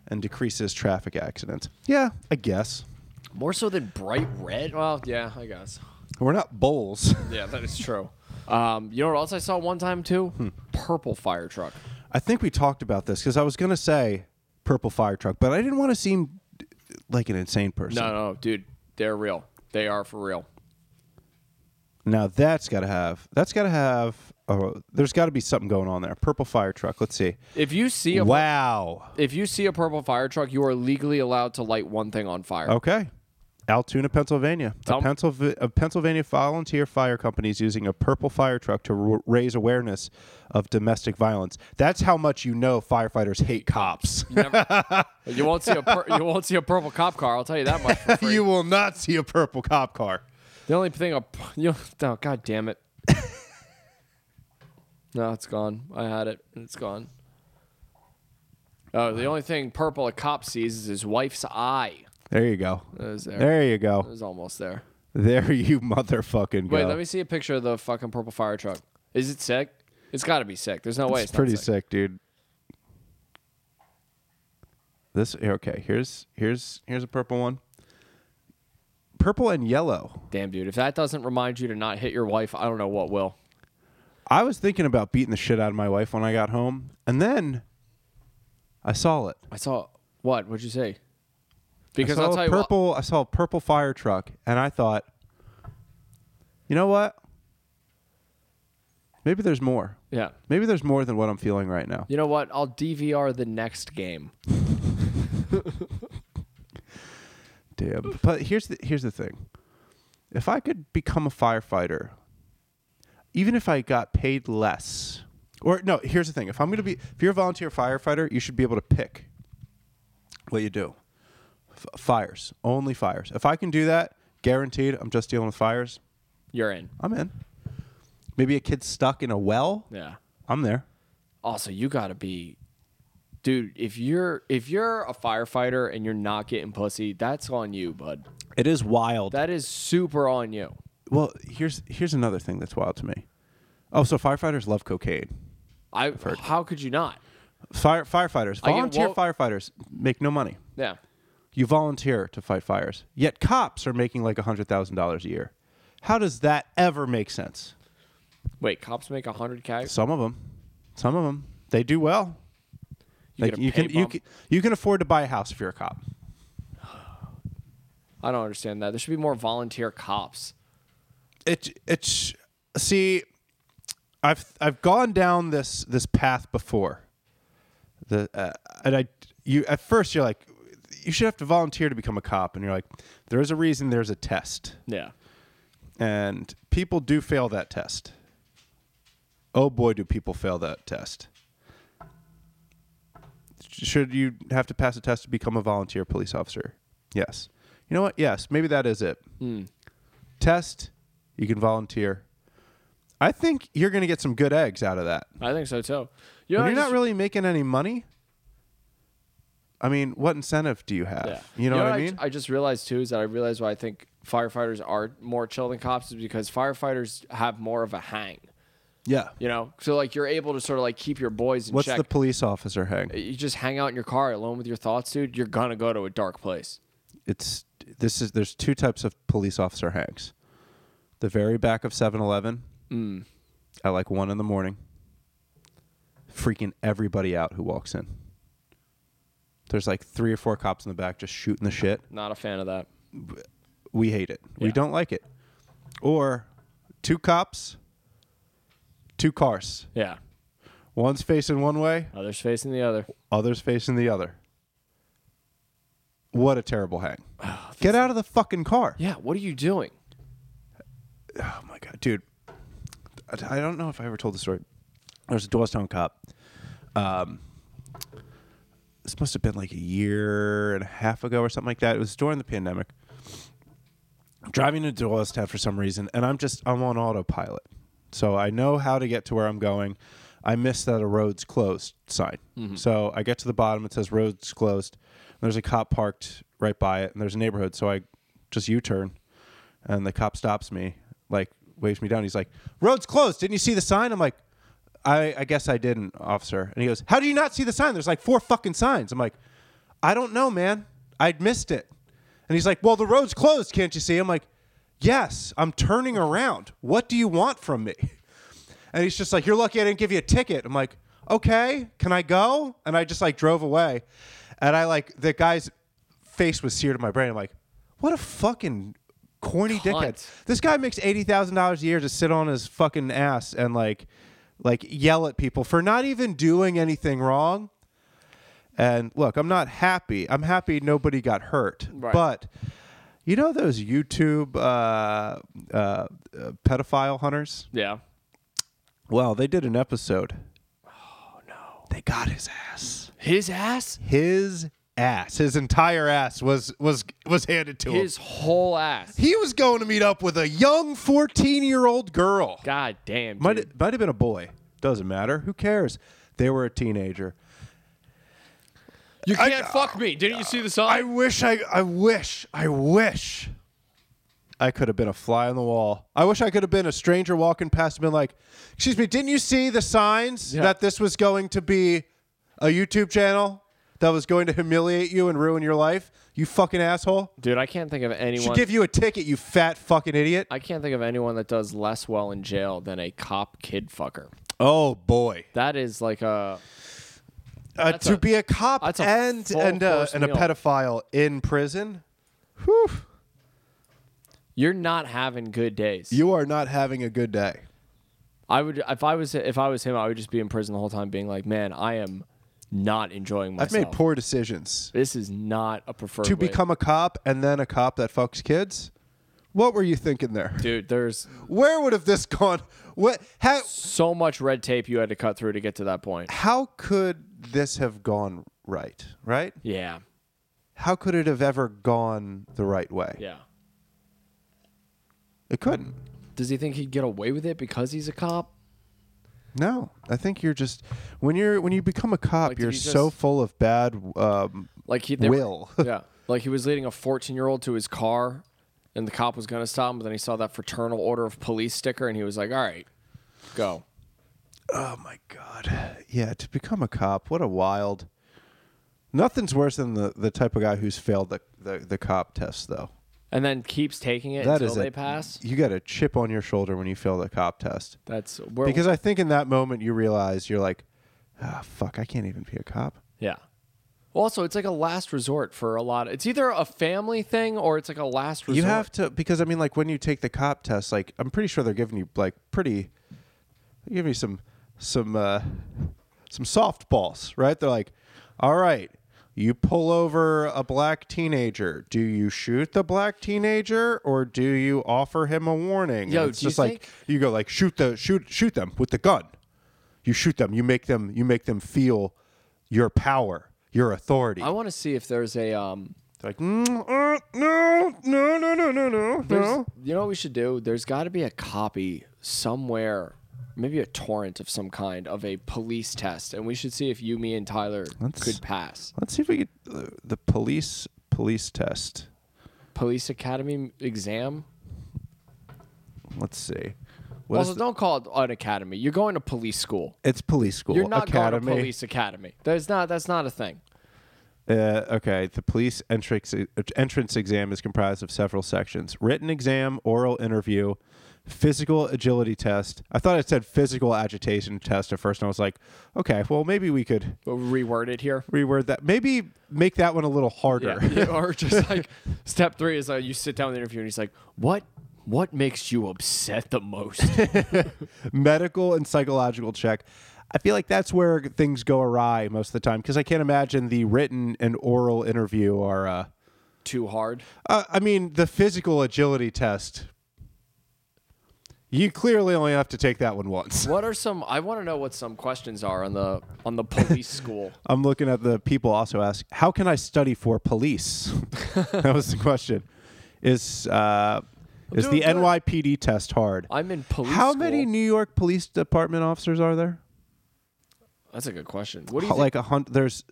Speaker 1: and decreases traffic accidents yeah i guess
Speaker 2: More so than bright red. Well, yeah, I guess.
Speaker 1: We're not bowls.
Speaker 2: Yeah, that is true. Um, you know what else I saw one time too?
Speaker 1: Hmm.
Speaker 2: Purple fire truck.
Speaker 1: I think we talked about this because I was gonna say purple fire truck, but I didn't want to seem like an insane person.
Speaker 2: No, no, no, dude, they're real. They are for real.
Speaker 1: Now that's gotta have that's gotta have. Oh, there's got to be something going on there. Purple fire truck. Let's see.
Speaker 2: If you see a
Speaker 1: Wow.
Speaker 2: if you see a purple fire truck, you are legally allowed to light one thing on fire.
Speaker 1: Okay. Altoona, Pennsylvania. A,
Speaker 2: Tell 'em.
Speaker 1: Pennsylv- a Pennsylvania volunteer fire company is using a purple fire truck to r- raise awareness of domestic violence. That's how much you know firefighters hate cops.
Speaker 2: Never- you won't see a pur- you won't see a purple cop car. I'll tell you that much. For free.
Speaker 1: you will not see a purple cop car.
Speaker 2: the only thing a pu- you know, oh, god damn it. no, it's gone. I had it. It's gone. Oh, the only thing purple a cop sees is his wife's eye.
Speaker 1: There you go.
Speaker 2: It was there.
Speaker 1: There you
Speaker 2: It
Speaker 1: go.
Speaker 2: was almost there.
Speaker 1: There you motherfucking go.
Speaker 2: Wait, let me see a picture of the fucking purple fire truck. Is it sick? It's got to be sick. There's no way.
Speaker 1: it's
Speaker 2: It's,
Speaker 1: pretty
Speaker 2: not
Speaker 1: sick.
Speaker 2: sick.
Speaker 1: dude. This here, okay. Here's here's here's a purple one. purple and yellow.
Speaker 2: Damn, dude. If that doesn't remind you to not hit your wife, I don't know what will.
Speaker 1: I was thinking about beating the shit out of my wife when I got home, and then I saw it.
Speaker 2: I saw what? What'd you say? Because
Speaker 1: I saw
Speaker 2: I'll tell
Speaker 1: a
Speaker 2: you what.
Speaker 1: purple. I saw a purple fire truck, and I thought, you know what? Maybe there's more.
Speaker 2: Yeah.
Speaker 1: Maybe there's more than what I'm feeling right now.
Speaker 2: You know what? I'll DVR the next game.
Speaker 1: Damn. But here's the here's the thing. If I could become a firefighter, even if I got paid less, or no, here's the thing. If I'm gonna be, if you're a volunteer firefighter, you should be able to pick what you do. F- fires, only fires. If I can do that, guaranteed, I'm just dealing with fires.
Speaker 2: You're in.
Speaker 1: I'm in. Maybe a kid's stuck in a well.
Speaker 2: Yeah.
Speaker 1: I'm there.
Speaker 2: Also, you gotta be, dude. If you're if you're a firefighter and you're not getting pussy, that's on you, bud.
Speaker 1: It is wild.
Speaker 2: That is super on you.
Speaker 1: well, here's here's another thing that's wild to me. Oh, so firefighters love cocaine.
Speaker 2: I. How could you not?
Speaker 1: Fire firefighters,
Speaker 2: I get
Speaker 1: volunteer
Speaker 2: wo-
Speaker 1: firefighters make no money.
Speaker 2: Yeah.
Speaker 1: You volunteer to fight fires. Yet cops are making like hundred thousand dollars a year. How does that ever make sense?
Speaker 2: Wait, cops make hundred k.
Speaker 1: Some of them, some of them, they do well.
Speaker 2: You
Speaker 1: like
Speaker 2: get a
Speaker 1: you
Speaker 2: pay
Speaker 1: can you
Speaker 2: bump?
Speaker 1: can you can afford to buy a house if you're a cop.
Speaker 2: I don't understand that. There should be more volunteer cops.
Speaker 1: It it's see, I've I've gone down this this path before. The uh, and I you at first you're like you should have to volunteer to become a cop, and you're like there is a reason there's a test.
Speaker 2: Yeah.
Speaker 1: and people do fail that test. Oh boy, do people fail that test. Should you have to pass a test to become a volunteer police officer? Yes. You know what? Yes, maybe that is it.
Speaker 2: Hmm.
Speaker 1: Test, you can volunteer. I think you're going to get some good eggs out of that.
Speaker 2: I think so too. You
Speaker 1: When
Speaker 2: know, I
Speaker 1: you're
Speaker 2: just-
Speaker 1: not really making any money, I mean, what incentive do you have?
Speaker 2: Yeah.
Speaker 1: You know what I
Speaker 2: ju-
Speaker 1: mean?
Speaker 2: I just realized too is that I realized why I think firefighters are more chill than cops is because firefighters have more of a hang.
Speaker 1: yeah.
Speaker 2: You know, so like you're able to sort of like keep your boys in
Speaker 1: What's
Speaker 2: check.
Speaker 1: the police officer hang?
Speaker 2: you just hang out in your car alone with your thoughts, dude. You're gonna go to a dark place.
Speaker 1: it's this is there's two types of police officer hangs. The very back of 7-Eleven
Speaker 2: Mm,
Speaker 1: at like one in the morning, freaking everybody out who walks in. There's like three or four cops in the back just shooting the shit.
Speaker 2: Not a fan of that.
Speaker 1: We hate it. We
Speaker 2: Yeah.
Speaker 1: don't like it. Or two cops, two cars.
Speaker 2: Yeah.
Speaker 1: One's facing one way,
Speaker 2: Others facing the other.
Speaker 1: other's facing the other. What a terrible hang. Get out of the fucking car.
Speaker 2: Yeah. What are you doing?
Speaker 1: Oh my god, dude! I- I don't know if I ever told the story. There was a Doylestown cop. Um, this must have been like a year and a half ago or something like that. It was during the pandemic. Driving to Doylestown for some reason, and I'm just I'm on autopilot, so I know how to get to where I'm going. I missed that a roads closed sign, so I get to the bottom. It says roads closed. And there's a cop parked right by it, and there's a neighborhood, so I just U-turn and the cop stops me, like waves me down. He's like, "Road's closed. Didn't you see the sign?" I'm like, "I, I guess I didn't, officer." And he goes, "How do you not see the sign? There's like four fucking signs." I'm like, "I don't know, man. I'd missed it." And he's like, "Well, the road's closed. Can't you see?" I'm like, "Yes. I'm turning around. What do you want from me?" And he's just like, "You're lucky I didn't give you a ticket." I'm like, "Okay, can I go?" And I just like drove away, and I like the guy's face was seared in my brain. I'm like, "What a fucking corny dickhead!"
Speaker 2: Cunt.
Speaker 1: This guy makes eighty thousand dollars a year to sit on his fucking ass and like, like yell at people for not even doing anything wrong. And look, I'm not happy. I'm happy nobody got hurt,
Speaker 2: Right.
Speaker 1: but. You know those YouTube uh, uh, uh, pedophile hunters?
Speaker 2: Yeah.
Speaker 1: Well, they did an episode. Oh no. They got his ass.
Speaker 2: His ass.
Speaker 1: His ass. His entire ass was was was handed to
Speaker 2: His
Speaker 1: him.
Speaker 2: whole ass.
Speaker 1: He was going to meet up with a young 14-year-old girl.
Speaker 2: God damn.
Speaker 1: Might
Speaker 2: dude.
Speaker 1: might have been a boy. Doesn't matter. Who cares? They were a teenager.
Speaker 2: You can't fuck me. Didn't you see the sign?
Speaker 1: uh, I wish I I wish. I wish I could have been a fly on the wall. I wish I could have been a stranger walking past and been like, "Excuse me, didn't you see the signs
Speaker 2: Yeah.
Speaker 1: that this was going to be a YouTube channel?" that was going to humiliate you and ruin your life, you fucking asshole.
Speaker 2: Dude, I can't think of
Speaker 1: Should
Speaker 2: anyone.
Speaker 1: give you a ticket, you fat fucking idiot.
Speaker 2: I can't think of anyone that does less well in jail than a cop kid fucker.
Speaker 1: Oh boy,
Speaker 2: That is like
Speaker 1: uh,
Speaker 2: a That's
Speaker 1: to
Speaker 2: a-
Speaker 1: be a cop
Speaker 2: that's a
Speaker 1: and
Speaker 2: full
Speaker 1: and uh,
Speaker 2: course
Speaker 1: and a
Speaker 2: meal.
Speaker 1: pedophile in prison. Whew.
Speaker 2: you're not having good days.
Speaker 1: You are not having a good day.
Speaker 2: I would if I was if I was him, I would just be in prison the whole time, being like, man, I am not enjoying myself.
Speaker 1: I've made poor decisions.
Speaker 2: This is not a preferred
Speaker 1: To
Speaker 2: way.
Speaker 1: become a cop and then a cop that fucks kids. What were you thinking there?
Speaker 2: Dude, there's
Speaker 1: Where would have this gone? What? How?
Speaker 2: so much red tape you had to cut through to get to that point.
Speaker 1: How could this have gone right? Right?
Speaker 2: Yeah,
Speaker 1: How could it have ever gone the right way?
Speaker 2: yeah.
Speaker 1: It couldn't.
Speaker 2: Does he think he'd get away with it because he's a cop?
Speaker 1: No, I think you're just when you're when you become a cop,
Speaker 2: Like, did
Speaker 1: you're
Speaker 2: he
Speaker 1: so
Speaker 2: just-
Speaker 1: full of bad um,
Speaker 2: Like he they were-
Speaker 1: will.
Speaker 2: yeah, like he was leading a 14 year old to his car, and the cop was gonna stop him, but then he saw that fraternal order of police sticker, and he was like, all right, go.
Speaker 1: Oh my god. Yeah, to become a cop, what a wild. Nothing's worse than the, the type of guy who's failed the, the, the cop test though.
Speaker 2: And then keeps taking it
Speaker 1: That
Speaker 2: until
Speaker 1: is
Speaker 2: they
Speaker 1: a-
Speaker 2: pass.
Speaker 1: You got a chip on your shoulder when you fail the cop test.
Speaker 2: That's where,
Speaker 1: Because I think in that moment you realize you're like, ah, fuck, I can't even be a cop.
Speaker 2: Yeah. Also, it's like a last resort for a lot. it's either a family thing or it's like a last resort.
Speaker 1: You have to because I mean like when you take the cop test, like I'm pretty sure they're giving you like pretty they give you some some uh some softballs, right? They're like, All right, you pull over a black teenager. Do you shoot the black teenager or do you offer him a warning?
Speaker 2: Yo,
Speaker 1: And it's
Speaker 2: do you
Speaker 1: just like
Speaker 2: think-
Speaker 1: you go like shoot the shoot shoot them with the gun. You shoot them, you make them you make them feel your power, your authority.
Speaker 2: I want to see if there's a um.
Speaker 1: They're like, mm, uh, no, no, no, no, no, no,
Speaker 2: There's,
Speaker 1: no.
Speaker 2: You know what we should do? There's got to be a copy somewhere, maybe a torrent of some kind of a police test, and we should see if you, me, and Tyler
Speaker 1: Let's-
Speaker 2: could pass.
Speaker 1: Let's see if we get the, the police police test.
Speaker 2: Police academy exam.
Speaker 1: Let's see. What is
Speaker 2: also,
Speaker 1: the-
Speaker 2: don't call it an academy. You're going to police school.
Speaker 1: it's police school.
Speaker 2: You're not
Speaker 1: academy.
Speaker 2: going to police academy. There's not. That's not a thing.
Speaker 1: Uh, okay, the police entrance uh, entrance exam is comprised of several sections: written exam, oral interview, physical agility test. I thought it said physical agitation test at first, and I was like, okay, well maybe we could
Speaker 2: We'll reword it here.
Speaker 1: reword that. Maybe make that one a little harder.
Speaker 2: Yeah. Yeah, or just like step three is uh, you sit down with the interviewer and he's like, "What? What makes you upset the most?"
Speaker 1: medical and psychological check. I feel like that's where things go awry most of the time because I can't imagine the written and oral interview are. Uh,
Speaker 2: Too hard.
Speaker 1: uh, I mean, the physical agility test. You clearly only have to take that one once.
Speaker 2: What are some? I want to know what some questions are on the on the police school.
Speaker 1: I'm looking at the people also ask, how can I study for police? that was the question. Is uh, is
Speaker 2: doing
Speaker 1: the
Speaker 2: good.
Speaker 1: NYPD test hard?
Speaker 2: I'm in police.
Speaker 1: How
Speaker 2: school.
Speaker 1: many New York Police Department officers are there?
Speaker 2: That's a good question. What do you think?
Speaker 1: Like a hundred. There's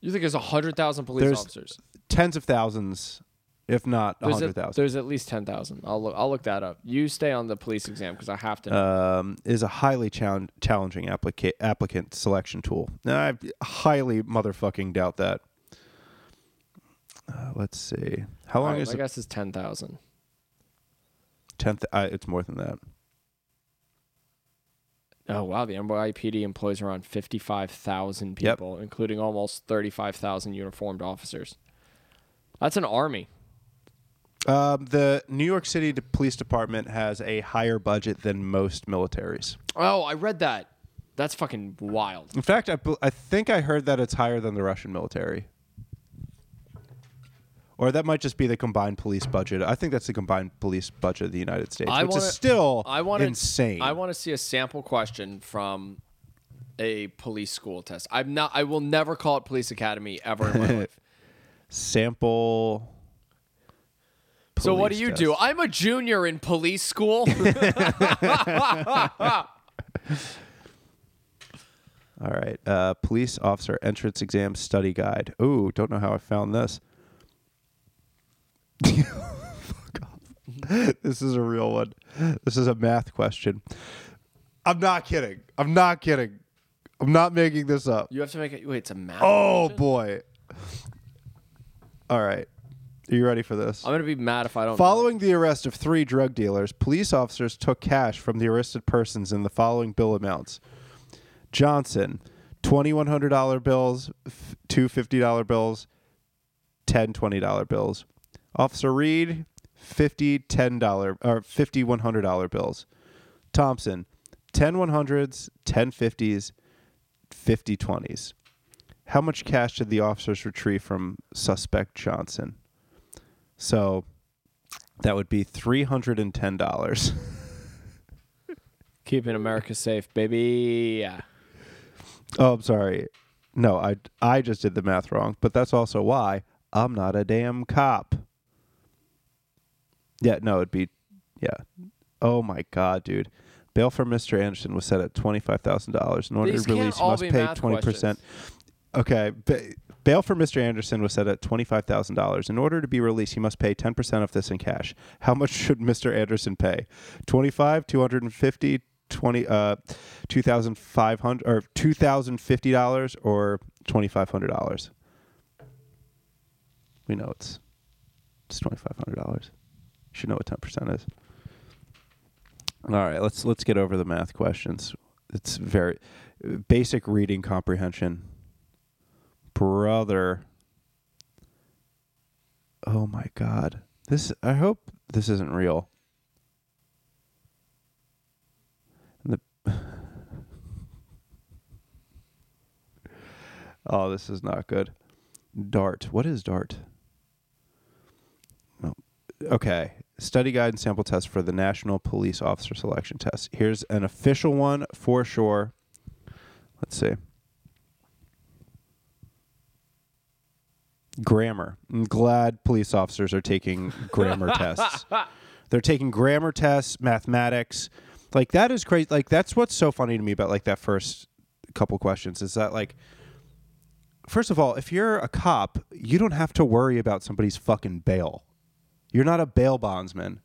Speaker 2: You think there's a hundred thousand police
Speaker 1: There's-
Speaker 2: officers?
Speaker 1: tens of thousands, if not a
Speaker 2: There's,
Speaker 1: hundred
Speaker 2: a,
Speaker 1: thousand,
Speaker 2: there's at least ten thousand. I'll look. I'll look that up. You stay on the police exam because I have to. know.
Speaker 1: um, is a highly challenge, challenging applica- applicant selection tool. Now, I highly motherfucking doubt that. Uh, let's see. How
Speaker 2: All
Speaker 1: long
Speaker 2: right,
Speaker 1: is
Speaker 2: my
Speaker 1: the
Speaker 2: guess is ten thousand.
Speaker 1: tenth? I it's more than that.
Speaker 2: Oh wow, the NYPD employs around fifty-five thousand
Speaker 1: Yep.
Speaker 2: people, including almost thirty-five thousand uniformed officers. That's an army.
Speaker 1: Um, the New York City de- Police Department has a higher budget than most militaries.
Speaker 2: Oh, I read that. That's fucking wild.
Speaker 1: In fact, I, bel- I think I heard that it's higher than the Russian military. Or that might just be the combined police budget. I think that's the combined police budget of the United States,
Speaker 2: I
Speaker 1: which
Speaker 2: wanna-
Speaker 1: is still
Speaker 2: I want
Speaker 1: Oh, insane.
Speaker 2: I want to see a sample question from a police school test. I'm not. I will never call it police academy ever in my life.
Speaker 1: Sample.
Speaker 2: So what do
Speaker 1: police
Speaker 2: you
Speaker 1: test.
Speaker 2: do? I'm a junior in police school.
Speaker 1: All right. Uh, police officer entrance exam study guide. Ooh, don't know how I found this. Fuck off. This is a real one. This is a math question. I'm not kidding. I'm not kidding. I'm not making this up.
Speaker 2: You have to make it. Wait, it's a math.
Speaker 1: Oh
Speaker 2: question?
Speaker 1: boy. All right. Are you ready for this?
Speaker 2: I'm gonna be mad if I don't.
Speaker 1: Following the arrest of three drug dealers, police officers took cash from the arrested persons in the following bill amounts Johnson, $2,100 bills, f- two $50 bills, 10 $20 bills. Officer Reed, 50 $10 or 50 $100 bills. Thompson, 10 100s, 10 50s, 50 20s. How much cash did the officers retrieve from suspect Johnson? So that would be three hundred and ten dollars.
Speaker 2: keeping America safe, baby. Yeah.
Speaker 1: oh, I'm sorry. No, I I just did the math wrong, but that's also why I'm not a damn cop. Yeah, no, it'd be yeah. Oh my god, dude. Bail for Mr. Anderson was set at twenty five thousand dollars. In order
Speaker 2: These
Speaker 1: to
Speaker 2: can't
Speaker 1: release, he
Speaker 2: all
Speaker 1: must
Speaker 2: be
Speaker 1: pay
Speaker 2: math
Speaker 1: twenty percent. Okay, ba- bail for Mr. Anderson was set at twenty-five thousand dollars. In order to be released, he must pay ten percent of this in cash. How much should Mr. Anderson pay? Twenty-five, two hundred and fifty, twenty, uh, two thousand five hundred, or two thousand fifty dollars, or twenty-five hundred dollars. We know it's it's twenty-five hundred dollars. You should know what ten percent is. All right, let's let's get over the math questions. It's very basic reading comprehension brother. Oh my god. This I hope this isn't real. And the Oh, this is not good. Dart. What is Dart? No. Okay. Study guide and sample test for the National Police Officer Selection Test. Here's an official one for sure. Let's see. grammar. I'm glad police officers are taking grammar tests. They're taking grammar tests, mathematics. Like that is crazy. Like that's what's so funny to me about like that first couple questions is that like first of all, if you're a cop, you don't have to worry about somebody's fucking bail. You're not a bail bondsman.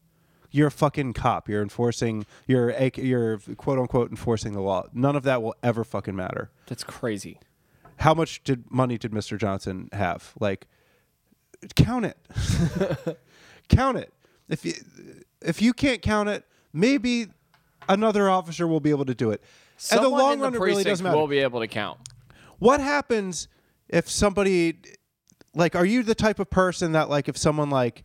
Speaker 1: You're a fucking cop. You're enforcing. You're a- you're quote unquote enforcing the law. None of that will ever fucking matter
Speaker 2: That's crazy.
Speaker 1: how much did money did Mr. Johnson have? Like, count it, count it. If you if you can't count it, maybe another officer will be able to do it. At the
Speaker 2: Someone
Speaker 1: long
Speaker 2: in
Speaker 1: run,
Speaker 2: the
Speaker 1: it really
Speaker 2: precinct
Speaker 1: doesn't matter.
Speaker 2: will be able to count.
Speaker 1: What happens if somebody like are you the type of person that like if someone like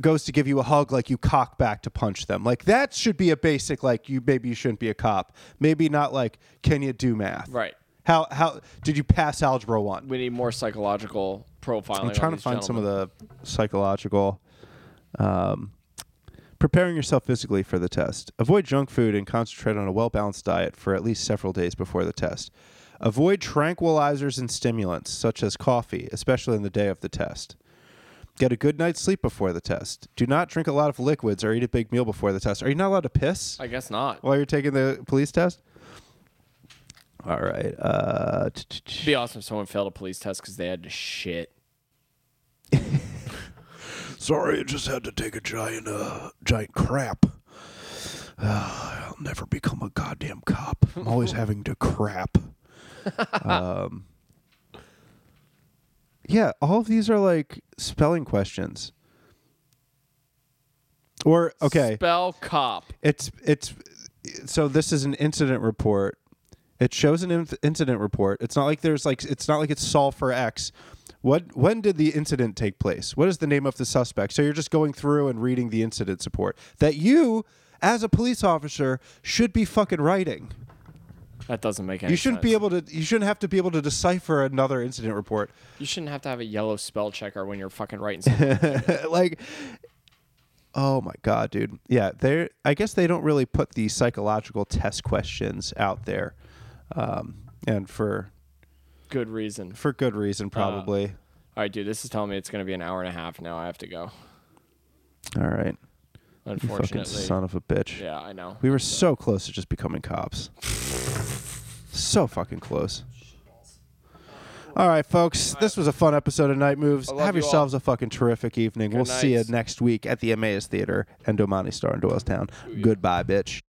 Speaker 1: goes to give you a hug like you cock back to punch them like that should be a basic like you maybe you shouldn't be a cop maybe not like can you do math
Speaker 2: Right.
Speaker 1: how how did you pass algebra one
Speaker 2: We need more psychological profiling.
Speaker 1: I'm trying to find some of the psychological. Um, preparing yourself physically for the test. Avoid junk food and concentrate on a well balanced diet for at least several days before the test. Avoid tranquilizers and stimulants, such as coffee, especially on the day of the test. Get a good night's sleep before the test. Do not drink a lot of liquids or eat a big meal before the test. Are you not allowed to piss?
Speaker 2: I guess not.
Speaker 1: while you're taking the police test? All right. Uh, t- t- t-
Speaker 2: It'd be awesome if someone failed a police test because they had to shit.
Speaker 1: Sorry, I just had to take a giant, uh, giant crap. Ah, I'll never become a goddamn cop. I'm always having to crap. um, yeah, all of these are like spelling questions. Or okay,
Speaker 2: Spell cop.
Speaker 1: it's it's so this is an incident report. It shows an inf- incident report. It's not like there's like it's not like it's solved for X. What when did the incident take place? What is the name of the suspect? So you're just going through and reading the incident report that you, as a police officer, should be fucking writing.
Speaker 2: That doesn't make any
Speaker 1: You shouldn't be able to. You shouldn't have to be able to decipher another incident report.
Speaker 2: You shouldn't have to have a yellow spell checker when you're fucking writing something.
Speaker 1: like oh my god dude yeah they i guess they don't really put the psychological test questions out there um, and for
Speaker 2: Good reason.
Speaker 1: for good
Speaker 2: Uh,
Speaker 1: reason probably
Speaker 2: All right, dude, this is telling me it's going to be an hour and a half now. I have to go.
Speaker 1: all right you fucking
Speaker 2: Unfortunately.
Speaker 1: son of a bitch
Speaker 2: Yeah, I know.
Speaker 1: we were so close to just becoming cops so fucking close all right folks this was a fun episode of night moves
Speaker 2: I love
Speaker 1: have
Speaker 2: you all.
Speaker 1: yourselves a fucking terrific evening
Speaker 2: Good
Speaker 1: we'll see you
Speaker 2: nights.
Speaker 1: next week at the emmaus theater and domani star in doylestown goodbye bitch